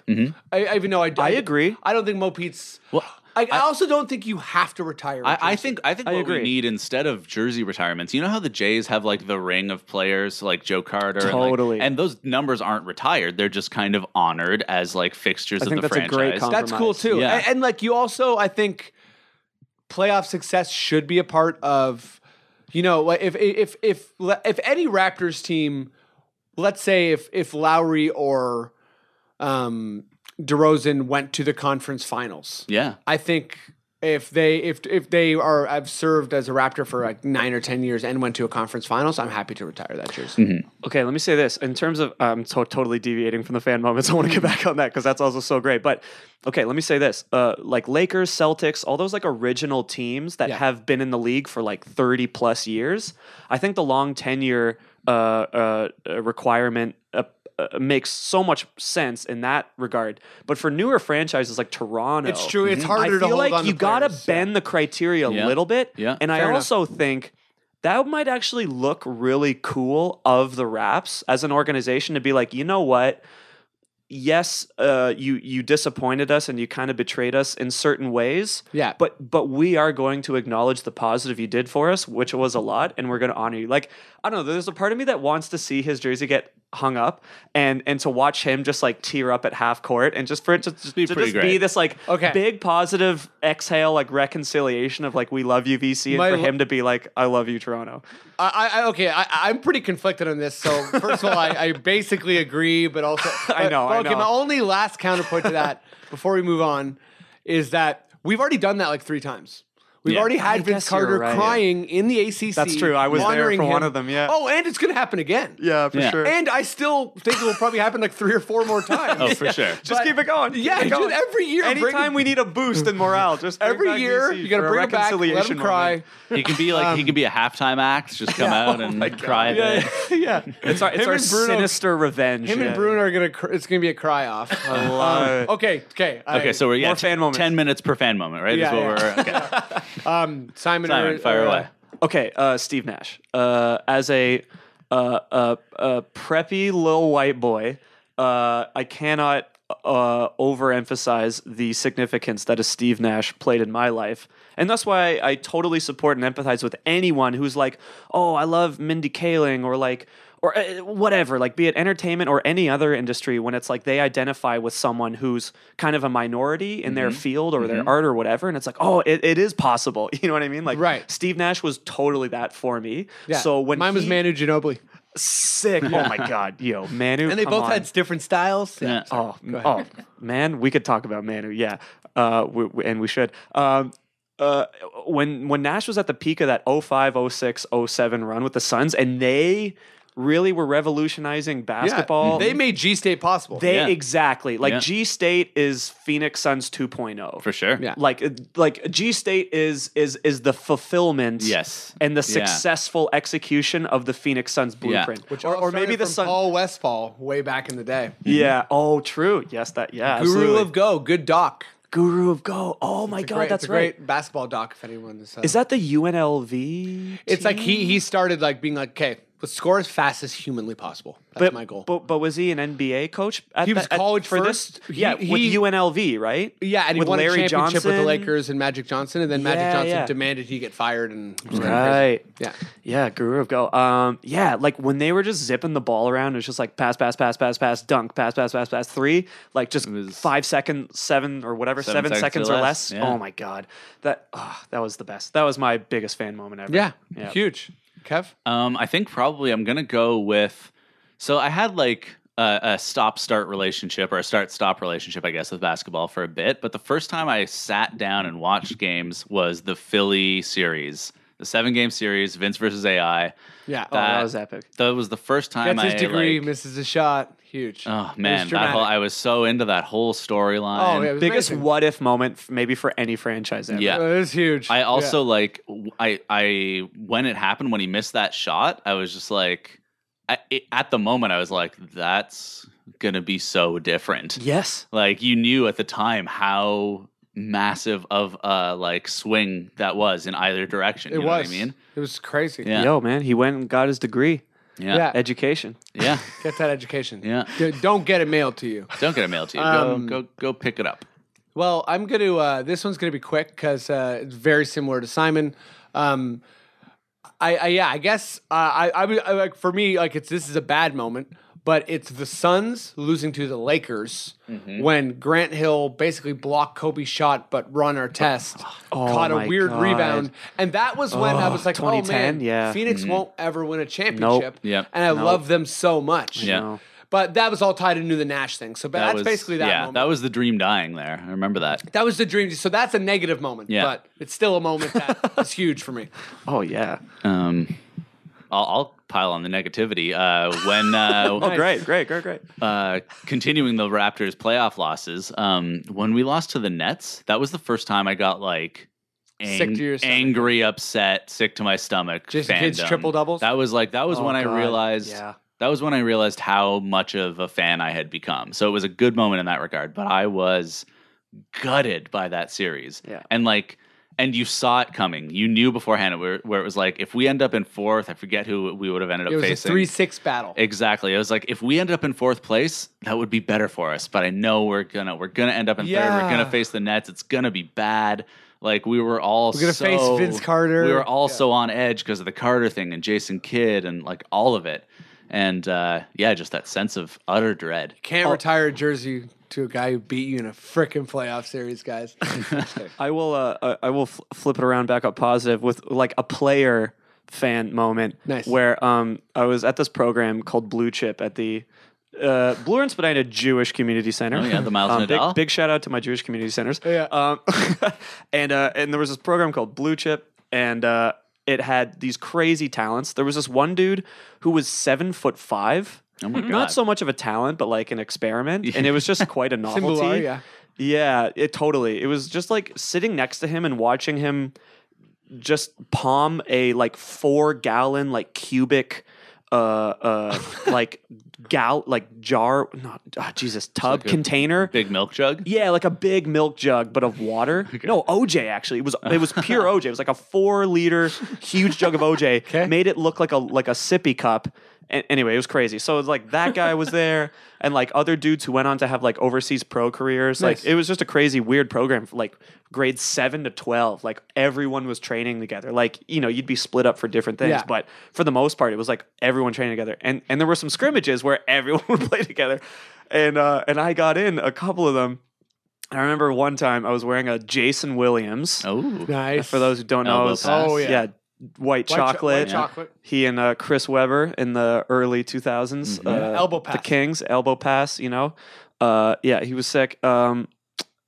I, even though I, I agree. I don't think Mo Pete's. Well, I, I also don't think you have to retire. I, Richardson. I think I think I what agree. we need instead of jersey retirements, you know how the Jays have like the ring of players like Joe Carter, and, like- Totally. and those numbers aren't retired; they're just kind of honored as like fixtures I of think the that's a franchise. great comp- That's cool compromise. too. Yeah. And, and, like you also, I think playoff success should be a part of, you know, like, if if if if any Raptors team, let's say if if Lowry or um DeRozan went to the conference finals, yeah, I think if they if if they are have served as a Raptor for like nine or ten years and went to a conference finals, I'm happy to retire that jersey. Mm-hmm. Okay, let me say this. In terms of, I'm so totally deviating from the fan moments. I want to get back on that because that's also so great. But okay, let me say this. Uh, like Lakers, Celtics, all those like original teams that have been in the league for like 30 plus years, I think the long tenure uh, uh, uh, requirement uh, uh, makes so much sense in that regard. But for newer franchises like Toronto, It's true. It's I harder to feel hold like on to you gotta players. bend the criteria a Yeah. little bit. Yeah. And Fair I enough. also think that might actually look really cool of the Raps as an organization to be like, you know what? Yes, uh, you you disappointed us and you kind of betrayed us in certain ways. Yeah. But but we are going to acknowledge the positive you did for us, which was a lot, and we're going to honor you. Like I don't know, there's a part of me that wants to see his jersey get hung up and and to watch him just like tear up at half court and just for it to, to be just pretty be great. this like Okay. big positive exhale like reconciliation of like we love you VC and My for lo- him to be like I love you Toronto. I, I okay. I, I'm pretty conflicted on this. So first of all, I, I basically agree, but also I know, but I okay, know. my only last counterpoint to that before we move on is that we've already done that like three times. We've Yeah. already I had Vince guess you're Carter right. crying in the ACC. That's true. I was there honoring for one him. of them, yeah. Oh, and it's gonna happen again. Yeah, for Yeah. sure. And I still think it will probably happen like three or four more times. Oh, for sure. just but- keep it going. Keep Yeah, it going. just every year. bring Anytime him- we need a boost in morale, just bring every back year, VC you gotta for a bring him back, let him reconciliation cry. moment. He can be like he can be a um, halftime act, just come out Oh and cry. at the- yeah, It's our, it's Him our and Bruno- sinister revenge. Him yeah. and Bruno are gonna. Cr- it's gonna be a cry off. love it. okay, okay, I- Okay, so we're yeah, More fan t- moments. ten minutes per fan moment, right? Yeah, is what we're okay. Simon, Simon, or- fire or, uh, away. Okay, uh, Steve Nash. Uh, as a uh, uh, uh, preppy little white boy, uh, I cannot uh, overemphasize the significance that a Steve Nash played in my life. And that's why I totally support and empathize with anyone who's like, oh, I love Mindy Kaling or like, or uh, whatever, like be it entertainment or any other industry, when it's like they identify with someone who's kind of a minority in their field or their art or whatever, and it's like, oh, it, it is possible. You know what I mean? Like, Right. Steve Nash was totally that for me. yeah. So when mine was he- Manu Ginobili, sick. Oh my god, yo, Manu, and they come both on. had different styles. Yeah. Oh, oh man, we could talk about Manu. Yeah, uh, we, we- and we should. Um, uh, when when Nash was at the peak of that 05, 06, 07 run with the Suns, and they really were revolutionizing basketball. They made G State possible. They Yeah. exactly like Yeah. G State is Phoenix Suns oh. 2.0 for sure. Yeah. Like like G State is is is the fulfillment Yes. and the Yeah. successful execution of the Phoenix Suns blueprint. which or, all or maybe started the from Sun Paul Westfall way back in the day. Yeah. Oh, true. Yes, that yeah. Guru absolutely. of Go, good doc. Guru of Go. Oh my It's a god, great, that's it's a right. great basketball doc. If anyone is, uh, Is that the UNLV? It's like team? he he started like being like, okay, let's score as fast as humanly possible. That's but, my goal. But but was he an NBA coach? At He was the- at- college for first. this. He- Yeah, he- with UNLV, right? yeah, and he with won Larry a championship Johnson. with the Lakers and Magic Johnson, and then Magic Yeah, Johnson yeah. demanded he get fired, and it was kinda crazy. Right. Yeah. Yeah, Guru of Go. Um, yeah, like when they were just zipping the ball around, it was just like pass, pass, pass, pass, pass, dunk, pass, pass, pass, pass, three, like just was- five seconds, seven or whatever, seven, Seven seconds, seconds or or less. less, yeah. Oh my god, that ah, that was the best. That was my biggest fan moment ever. Yeah, yeah. huge. Kev, Um, I think probably I'm gonna go with. So I had like a, a stop-start relationship or a start-stop relationship, I guess, with basketball for a bit. But the first time I sat down and watched games was the Philly series, the seven-game series, Vince versus AI. yeah, Oh, that That- was epic. That was the first time gets his I degree, like- misses a shot, huge. It Oh was man, that dramatic. whole, I was so into that whole storyline. oh, yeah, it was Biggest amazing. what if moment, f- maybe for any franchise ever. yeah. Oh, it was huge. I also like w- I I when it happened when he missed that shot, I was just like I, it, at the moment I was like that's going to be so different. Yes. Like you knew at the time how massive of a like swing that was in either direction, yeah. you it know was. what I mean? it was crazy. Yeah. Yo, man, he went and got his degree, Yeah. Yeah. education. Yeah. Get that education. Yeah. D- don't get it mailed to you. Don't get a mail to you. Um, go go go pick it up. Well, I'm going to, uh, this one's going to be quick because uh, it's very similar to Simon. Um, I, I, yeah, I guess uh, I, I, would- I, like, for me, like, it's, this is a bad moment, but it's the Suns losing to the Lakers when Grant Hill basically blocked Kobe's shot, but Ron Artest caught a my weird God. rebound. And that was when I Oh, was like, 2010, oh man, yeah. Phoenix won't ever win a championship. Yep. And I love them so much. Yeah. No. But that was all tied into the Nash thing. So but that's was- basically that Yeah, moment. that was the dream dying there. I remember that. That was the dream. So that's a negative moment, Yeah. but it's still a moment that is huge for me. Oh yeah. Um, I'll, I'll pile on the negativity. Uh, when uh, Oh great, great, great, great. uh, continuing the Raptors playoff losses, um, when we lost to the Nets, that was the first time I got like Sick to your stomach. angry, upset, sick to my stomach. Jason Kidd's fandom. triple doubles? That was like that was Oh, when God. I realized. Yeah. That was when I realized how much of a fan I had become. So it was a good moment in that regard, but I was gutted by that series. Yeah. And like, and you saw it coming. You knew beforehand where, where it was like, if we end up in fourth, I forget who we would have ended up It was facing. a three six battle. Exactly. I was like, if we ended up in fourth place, that would be better for us. But I know we're gonna we're gonna end up in third. We're Yeah. gonna face the Nets. It's gonna be bad. Like we were all We're gonna so, face Vince Carter. We were all so on edge because of the Carter thing and Jason Kidd and like all of it. And uh, yeah, just that sense of utter dread. Can't retire a jersey to a guy who beat you in a frickin' playoff series, guys. I will uh, uh, I will fl- flip it around back up positive with like a player fan moment Nice. where um I was at this program called Blue Chip at the uh, Blue and Spadina Jewish Community Center. Oh, yeah, the Miles um, big, Nadal. big shout out to my Jewish community centers. Yeah. Um, and uh, and there was this program called Blue Chip, and uh, it had these crazy talents. There was this one dude who was seven foot five. Oh my God. Not so much of a talent, but like an experiment, and it was just quite a novelty. Simbular, yeah. Yeah, it totally. It was just like sitting next to him and watching him just palm a like four gallon like cubic uh uh like gal like jar not ah, Jesus tub container. Big milk jug. yeah, like a big milk jug, but of water. No, OJ actually. It was it was pure OJ. It was like a four liter huge jug of OJ. Made it look like a like a sippy cup. And anyway, it was crazy. So it was like that guy was there, and like other dudes who went on to have like overseas pro careers. Nice. Like it was just a crazy weird program. For like grade seven to twelve, like everyone was training together. Like you know, you'd be split up for different things, Yeah. but for the most part, it was like everyone training together. And and there were some scrimmages where everyone would play together. And uh, and I got in a couple of them. I remember one time I was wearing a Jason Williams. Oh, Nice. For those who don't know, Elbow it was- pass. Oh, yeah. white, cho- chocolate. white chocolate. He and uh, Chris Webber in the early 2000s. Mm-hmm. Uh, Elbow The pass. Kings, elbow pass, you know. Uh, yeah, he was sick. Um,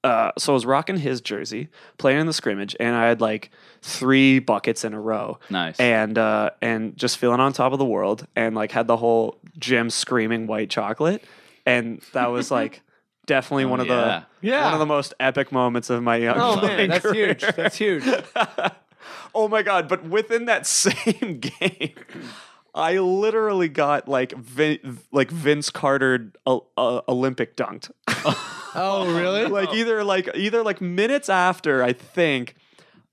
uh, so I was rocking his jersey, playing in the scrimmage, and I had like three buckets in a row nice. and uh, and just feeling on top of the world, and like had the whole gym screaming white chocolate, and that was like definitely one of yeah. the Yeah. one of the most epic moments of my young oh playing man, that's career. huge. That's huge. Oh my god! But within that same game, I literally got like Vin, like Vince Carter uh, uh, Olympic dunked. Oh really? like either like either like minutes after I think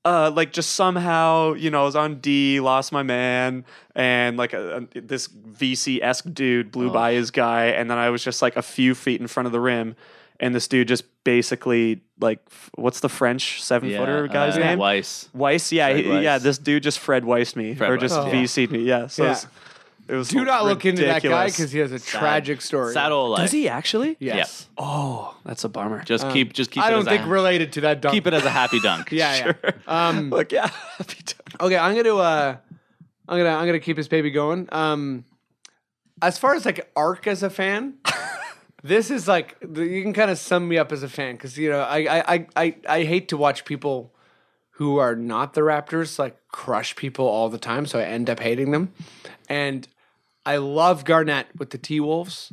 uh like just somehow you know I was on D lost my man and like a, a- this VC-esque dude blew Oh. by his guy and then I was just like a few feet in front of the rim and this dude just basically like f- what's the French seven Yeah, footer guy's uh, name Weiss. Weiss yeah Fred he- yeah Weiss. this dude just Fred Weiss me Fred or just Weiss, yeah. VC'd me yeah so Yeah. it was, it was Do not look into that guy ridiculous. because he has a tragic story. Sad old life. does he actually Yeah. Yes. Uh, oh that's a bummer Just keep. Just keep. I it don't as a think ha- related to that. Dunk. keep it as a happy dunk. Yeah, yeah. Um, look yeah okay, I'm gonna uh, I'm gonna I'm gonna keep this baby going. Um, as far as like arc as a fan, this is like the- you can kind of sum me up as a fan because you know I I, I I I hate to watch people who are not the Raptors like crush people all the time, so I end up hating them. And I love Garnett with the T Wolves.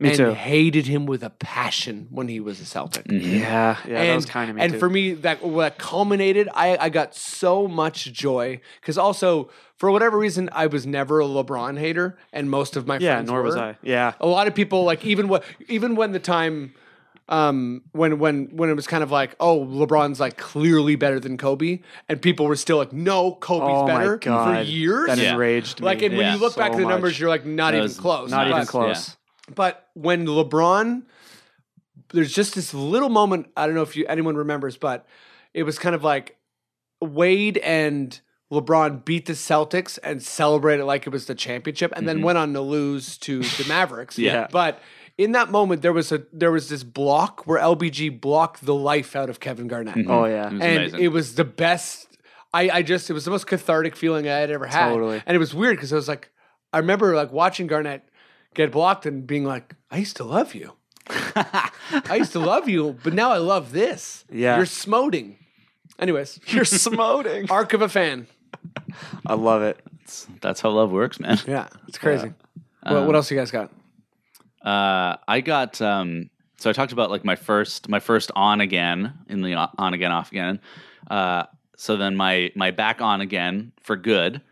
Me and too. hated him with a passion when he was a Celtic Mm-hmm. Yeah, yeah, and, that was kind of me. and too. for me that what culminated i i got so much joy because also for whatever reason i was never a lebron hater and most of my yeah, friends nor was were. I. Yeah, a lot of people like even what even when the time um when when when it was kind of like oh lebron's like clearly better than kobe and people were still like no kobe's oh better my god, for years that Yeah. enraged me. like and when Yeah. you look so back at the much. numbers you're like "Oh, not That even was close not even But- close. but when LeBron, there's just this little moment. I don't know if you anyone remembers, but it was kind of like Wade and LeBron beat the Celtics and celebrated like it was the championship, and then went on to lose to the Mavericks. Yeah. but. In that moment, there was a there was this block where LBG blocked the life out of Kevin Garnett, Oh It yeah, was and amazing. it was the best. I, I just it was the most cathartic feeling I had ever had, Totally. and it was weird because I was like, I remember like watching Garnett get blocked and being like, I used to love you. I used to love you, but now I love this. Yeah. You're smoting. Anyways, You're smoting. arc of a fan. I love it. That's, that's how love works, man. Yeah, it's crazy. what, what else you guys got? Uh, I got um, so I talked about like my first my first on again in the o- on again off again. Uh, so then my my back on again for good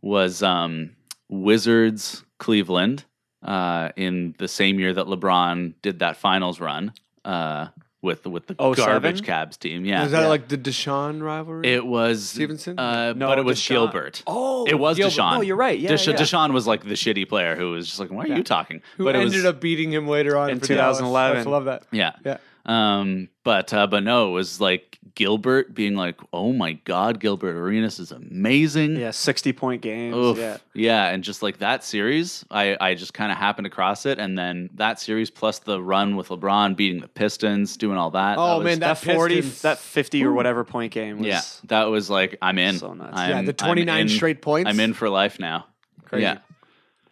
was um, Wizards Cleveland uh, in the same year that LeBron did that finals run uh, with with the 07? garbage Cabs team. Yeah, Is Oh that like the Deshaun rivalry? it was Stevenson? uh, No, but it was Deshaun. Gilbert. Oh, it was Gilbert. Deshaun. Oh, you're right. Yeah, Desha- yeah. Deshaun was like the shitty player who was just like, "Why are you talking?" Who but it ended was, up beating him later on In for Dallas. 2011. I just love that. yeah, Yeah. Um, but uh, but no, it was like Gilbert being like, "Oh my God, Gilbert Arenas is amazing." Yeah, 60 point games. Oof. Yeah. Yeah. and just like that series, I I just kind of happened across it, and then that series plus the run with LeBron beating the Pistons, doing all that. Oh, that was- man, That, 40, Pistons- that 50 or whatever point game was. yeah, that was like I'm in. So nuts. I'm- yeah, the I'm 29 in- straight points. I'm in for life now. Crazy. Yeah,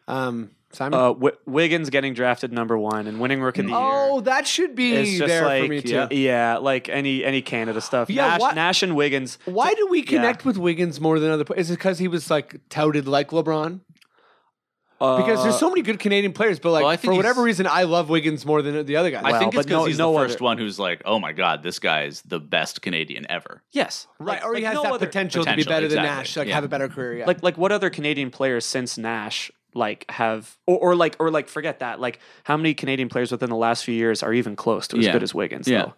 Um, Simon. Uh, Wi- Wiggins getting drafted number one and winning Rookie of the Year. oh, that should be It's just there like for me too. Yeah, yeah, like any any Canada stuff. Yeah, Nash, what- Nash and Wiggins. Why do we Yeah. connect with Wiggins more than other? pla- Is it because he was like touted like LeBron? Uh, Because there's so many good Canadian players, but like well, I think for whatever he's- reason, I love Wiggins more than the other guys. I Well, think it's but because no- he's no the other- first one who's like, "Oh my God, this guy is the best Canadian ever." yes, right, Like- or he like has no that other- potential, to be Potential, better than exactly. Nash, like Yeah. have a better career. Yeah. Like like what other Canadian players since Nash like have or, or like or like forget that like how many Canadian players within the last few years are even close to as Yeah. good as Wiggins? Yeah. though?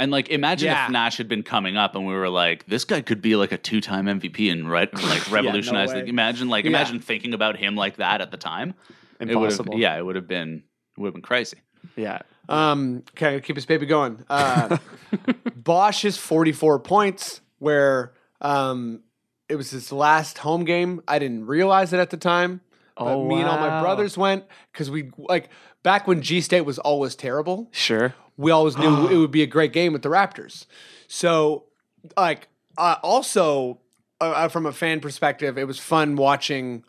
And like, imagine Yeah. if Nash had been coming up, and we were like, "This guy could be like a two-time MVP and re- like revolutionize." way. the, imagine like, imagine thinking about him like that at the time. It impossible. would've- yeah, it would have been would have been crazy. yeah. Um, kind of keep his baby going. Uh, Bosch is 44 points, where um, it was his last home game. I didn't realize it at the time. But Oh, me and all my wow. brothers went because we like back when G State was always terrible. Sure. We always knew it would be a great game with the Raptors. So, like, uh, also uh, uh, from a fan perspective, it was fun watching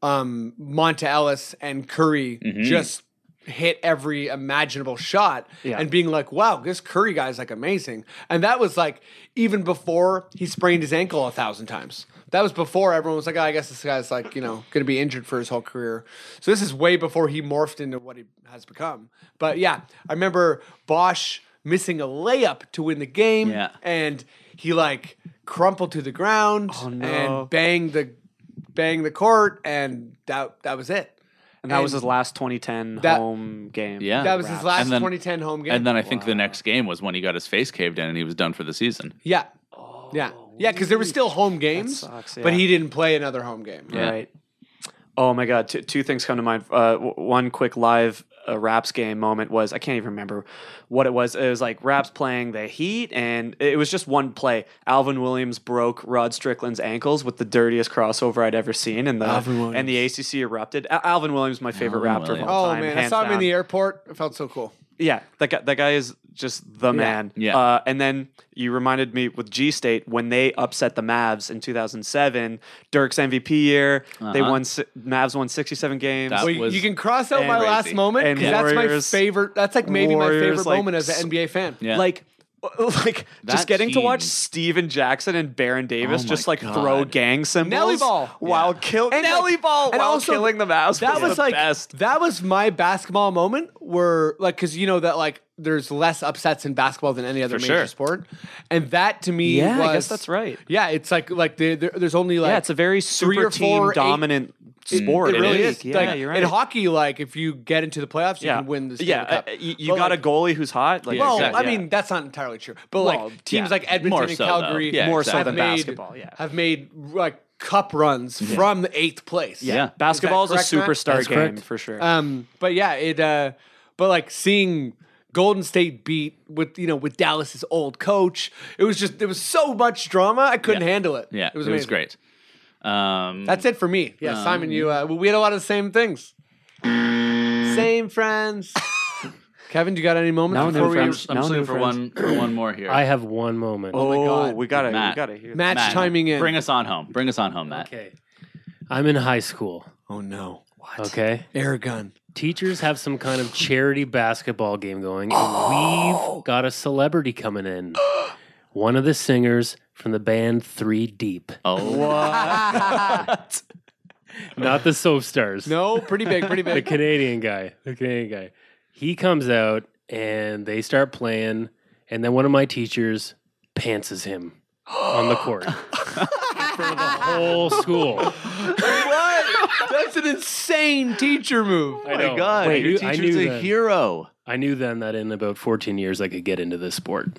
um, Monta Ellis and Curry just hit every imaginable shot Yeah. and being like, wow, this Curry guy's like amazing. And that was like even before he sprained his ankle a thousand times. That was before everyone was like, oh, I guess this guy's like, you know, going to be injured for his whole career. So this is way before he morphed into what he has become. But yeah, I remember Bosch missing a layup to win the game. Yeah. And he like crumpled to the ground no. and banged the banged the court and that that was it. And that was And his last 2010 that- home game. Yeah, That was his last And then- 2010 home game. And then I think the next game was when he got his face caved in and he was done for the season. yeah. yeah. Yeah, cuz there were still home games, Oh, sucks, but yeah. he didn't play another home game. Yeah. Right. Oh my God! Two, two things come to mind. Uh, w- one quick live uh, Raps game moment was I can't even remember what it was. It was like Raps playing the Heat, and it was just one play. Alvin Williams broke Rod Strickland's ankles with the dirtiest crossover I'd ever seen, and the and the ACC erupted. Al- Alvin Williams, my favorite Raptor of Williams. all Oh time. man, I hands saw him in down. the airport. It felt so cool. Yeah, that guy, that guy is just the man. Yeah. Uh, and then you reminded me with G State when they upset the Mavs in 2007, Dirk's MVP year. They Uh-huh. won. si- Mavs won 67 games. That Well, was- you can cross out my and- last crazy. moment And 'cause that's my Warriors- favorite. That's like maybe my Warriors, favorite like, moment as s- an NBA fan. Yeah. Like. Like just That getting to watch team- Steven Jackson and Baron Davis my just like God. throw gang symbols Oh Nelly ball. while Yeah. kill And, Nelly like- ball and while also, killing the Mavs. that was the like best. that was my basketball moment where like because you know that like there's less upsets in basketball than any other major sure. sport and that to me Yeah, I was- guess that's right. yeah it's like like the, there there's only like yeah, it's a very super or team four, eight- dominant sport. it really league. is Yeah, like, you're right. in hockey like if you get into the playoffs you yeah. can win the Stanley yeah, Cup. uh, you, you But, got like, a goalie who's hot. Like, Yeah, well exactly. I mean that's not entirely true but Well, like teams yeah. like Edmonton More and so, though. Calgary Yeah, more so have than made, basketball. Yeah, have made like cup runs from the eighth place Yeah. Is that basketball is, correct, a Matt? superstar That's game correct. for sure. Um, but yeah, it. Uh, but like seeing Golden State beat with you know with Dallas's old coach, it was just there was so much drama I couldn't Yeah. handle it. Yeah, it was it amazing. was great. Um, That's it for me. Yeah, Simon, you. Uh, we had a lot of the same things. same friends. Kevin, do you got any moments No, no before we I'm, friends. just- I'm Now just new looking for one for one more here. I have one moment. oh, my God. we gotta, we Matt. gotta hear. match Matt, timing in? Bring us on home. Bring us on home, Matt. Okay. I'm in high school. oh no! Okay. Air gun. Teachers have some kind of charity basketball game going, and we've got a celebrity coming in. One of the singers from the band Three Deep, Oh, not the Soap Stars. No, pretty big, pretty the big. Canadian guy, the Canadian guy. He comes out and they start playing, and then one of my teachers pantses him on the court in front of the whole school. Oh what? That's an insane teacher move. I my know. God. I Your knew, I teacher's knew a then, hero. I knew then that in about 14 years I could get into this sport.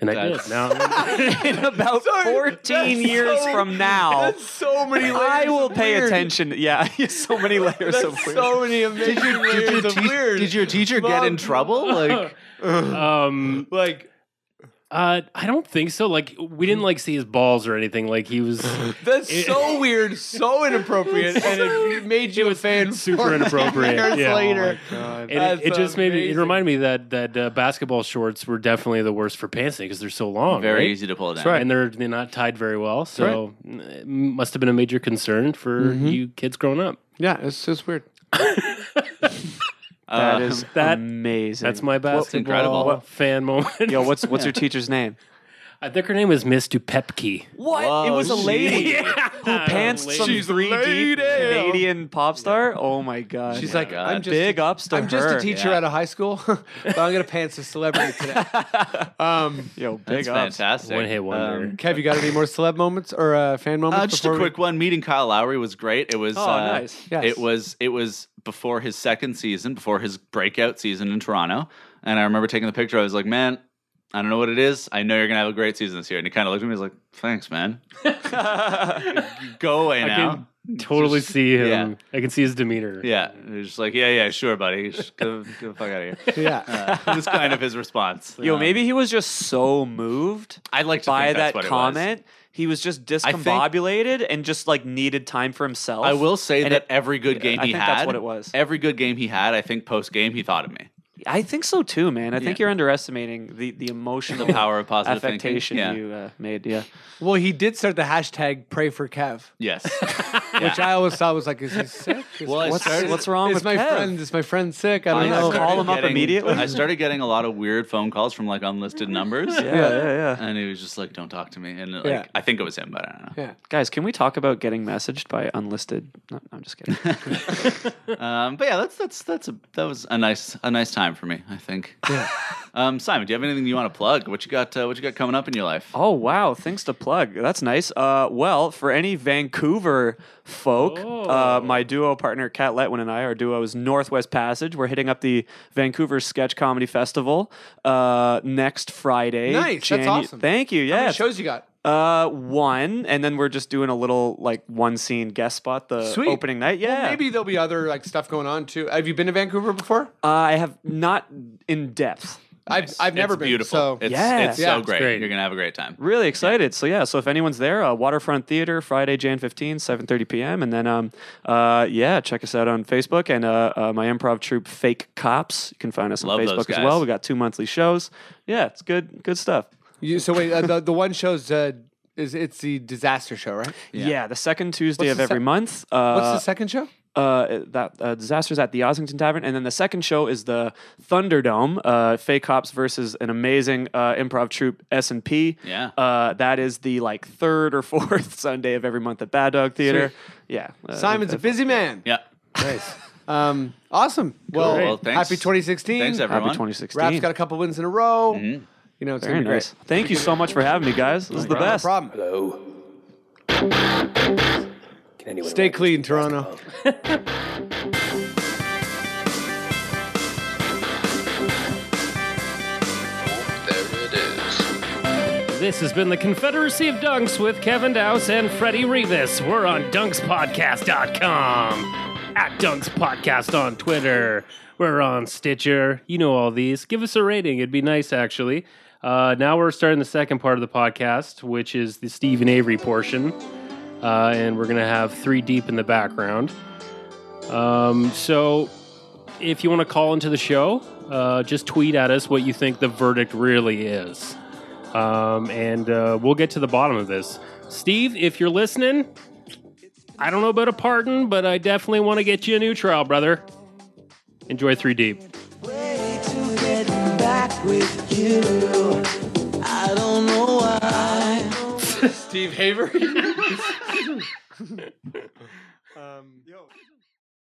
And I That's- did. Now I'm- In about 14 years so- from Oh. now, That's so many layers. I will of pay weird. attention. Yeah, so many layers That's of weird. so many amazing layers of Te- weird. Did your teacher get in Mom. trouble? Like, um, like uh, I don't think so. Like we didn't like see his balls or anything. Like he was that's It- so weird, so inappropriate, and it made you a fan super inappropriate. years Yeah. later. And it, it That's just made me. It amazing. reminded me that that uh, basketball shorts were definitely the worst for pantsing because they're so long. very right? easy to pull down. And they're they're not tied very well, so it must have been a major concern for Mm-hmm. you kids growing up. yeah, it's just weird. That Uh, is that- amazing. That's my basketball incredible. What- fan moment. Yo, what's what's your teacher's name? I think her name is Miss Dupepke. What? it was a lady who pantsed some She's three deep Canadian pop star. Oh my god! She's my like, God. I'm just big ups to I'm just her. a teacher yeah. at a high school, but I'm gonna pants a celebrity today. Um, Yo, big that's ups. fantastic. One hit wonder. Um, Kev, you got any more celeb moments or uh, fan moments? uh, just a before we- quick one. Meeting Kyle Lowry was great. It was Oh, uh, nice. Yes. It was it was before his second season, before his breakout season in Toronto. And I remember taking the picture. I was like, man, I don't know what it is. I know you're gonna have a great season this year. And he kind of looked at me. He's like, thanks, man. Go away I now. can totally see him. yeah. I can see his demeanor. Yeah, he was just like, yeah, yeah, sure, buddy. Just go, go the fuck out of here. Yeah. Uh, it was kind of his response. Yo, Um, maybe he was just so moved I'd like to by think that's that what it was. comment. He was just think- discombobulated and just like needed time for himself. I will say And that it- every good game I he think had, that's what it was. Every good game he had, I think post game he thought of me. I think so too, man. I think Yeah. you're underestimating the the emotional power of positive thinking. affectation Yeah. you uh, made. Yeah, Well, he did start the hashtag pray for Kev, Yes. which I always thought was like, is he sick? Is- Well, I what's started- what's wrong is with my Kev? friend? Is my friend sick? I don't Yeah, know. started- Call him up getting- immediately? I started getting a lot of weird phone calls from like unlisted numbers. Yeah, yeah, yeah. And he was just like, "Don't talk to me." And like, Yeah. I think it was him, but I don't know. Yeah. Guys, can we talk about getting messaged by unlisted? No, I'm just kidding. Um, but yeah, that's that's that's a that was a nice a nice time for me. I think. um, Simon, do you have anything you want to plug? What you got? Uh, what you got coming up in your life? Oh wow, things to plug. That's nice. Uh, well, for any Vancouver folk, Oh. uh, my duo partner Kat Letwin and I, our duo is Northwest Passage. We're hitting up the Vancouver Sketch Comedy Festival uh, next Friday. Nice, that's awesome. Thank you. How Yeah, many shows you got? uh, one, and then we're just doing a little like one scene guest spot the Sweet. opening night. Yeah, Well, maybe there'll be other like stuff going on too. Have you been to Vancouver before? uh, I have not in depth. I've I've never it's been. beautiful. So It's, Yeah. it's Yeah, so it's great. great. You're gonna have a great time. Really excited. So yeah, so if anyone's there, uh, Waterfront Theater Friday, Jan 15, 7:30 p.m. and then um uh yeah, check us out on Facebook and uh, uh my improv troupe Fake Cops. You can find us on Love those Facebook as guys. well. We got two monthly shows. Yeah, it's good good stuff. you, so wait, uh, the the one show's uh, is it's the disaster show, right? Yeah, the second Tuesday What's of the every sec- month. Uh What's the second show? uh, that uh, disasters at the Ossington Tavern, and then the second show is the Thunderdome, uh, Fake Cops versus an amazing uh, improv troupe S and P. Yeah. uh, that is the like third or fourth Sunday of every month at Bad Dog Theater. Yeah, uh, Simon's a busy man. Yeah. Nice. Um, awesome. Well, Well, thanks. happy 2016. Thanks everyone. happy 2016. Rap's got a couple wins in a row. You know, it's Very going to be nice. great. Thank you so much for having me, guys. This is the No best. problem. Hello. Can anyone Stay around here clean, speak basketball? Toronto. There it is. This has been the Confederacy of Dunks with Kevin Dowse and Freddie Rivas. We're on dunkspodcast.com, at Dunks Podcast on Twitter. We're on Stitcher. You know all these. Give us a rating. It'd be nice, actually. Uh, now we're starting the second part of the podcast, which is the Stephen Avery portion. Uh, and we're going to have three deep in the background. Um, so if you want to call into the show, uh, just tweet at us what you think the verdict really is um, and uh, we'll get to the bottom of this. Steve, if you're listening, I don't know about a pardon, but I definitely want to get you a new trial, brother. Enjoy 3 d way to get back with you. I don't know why. Steve Haver.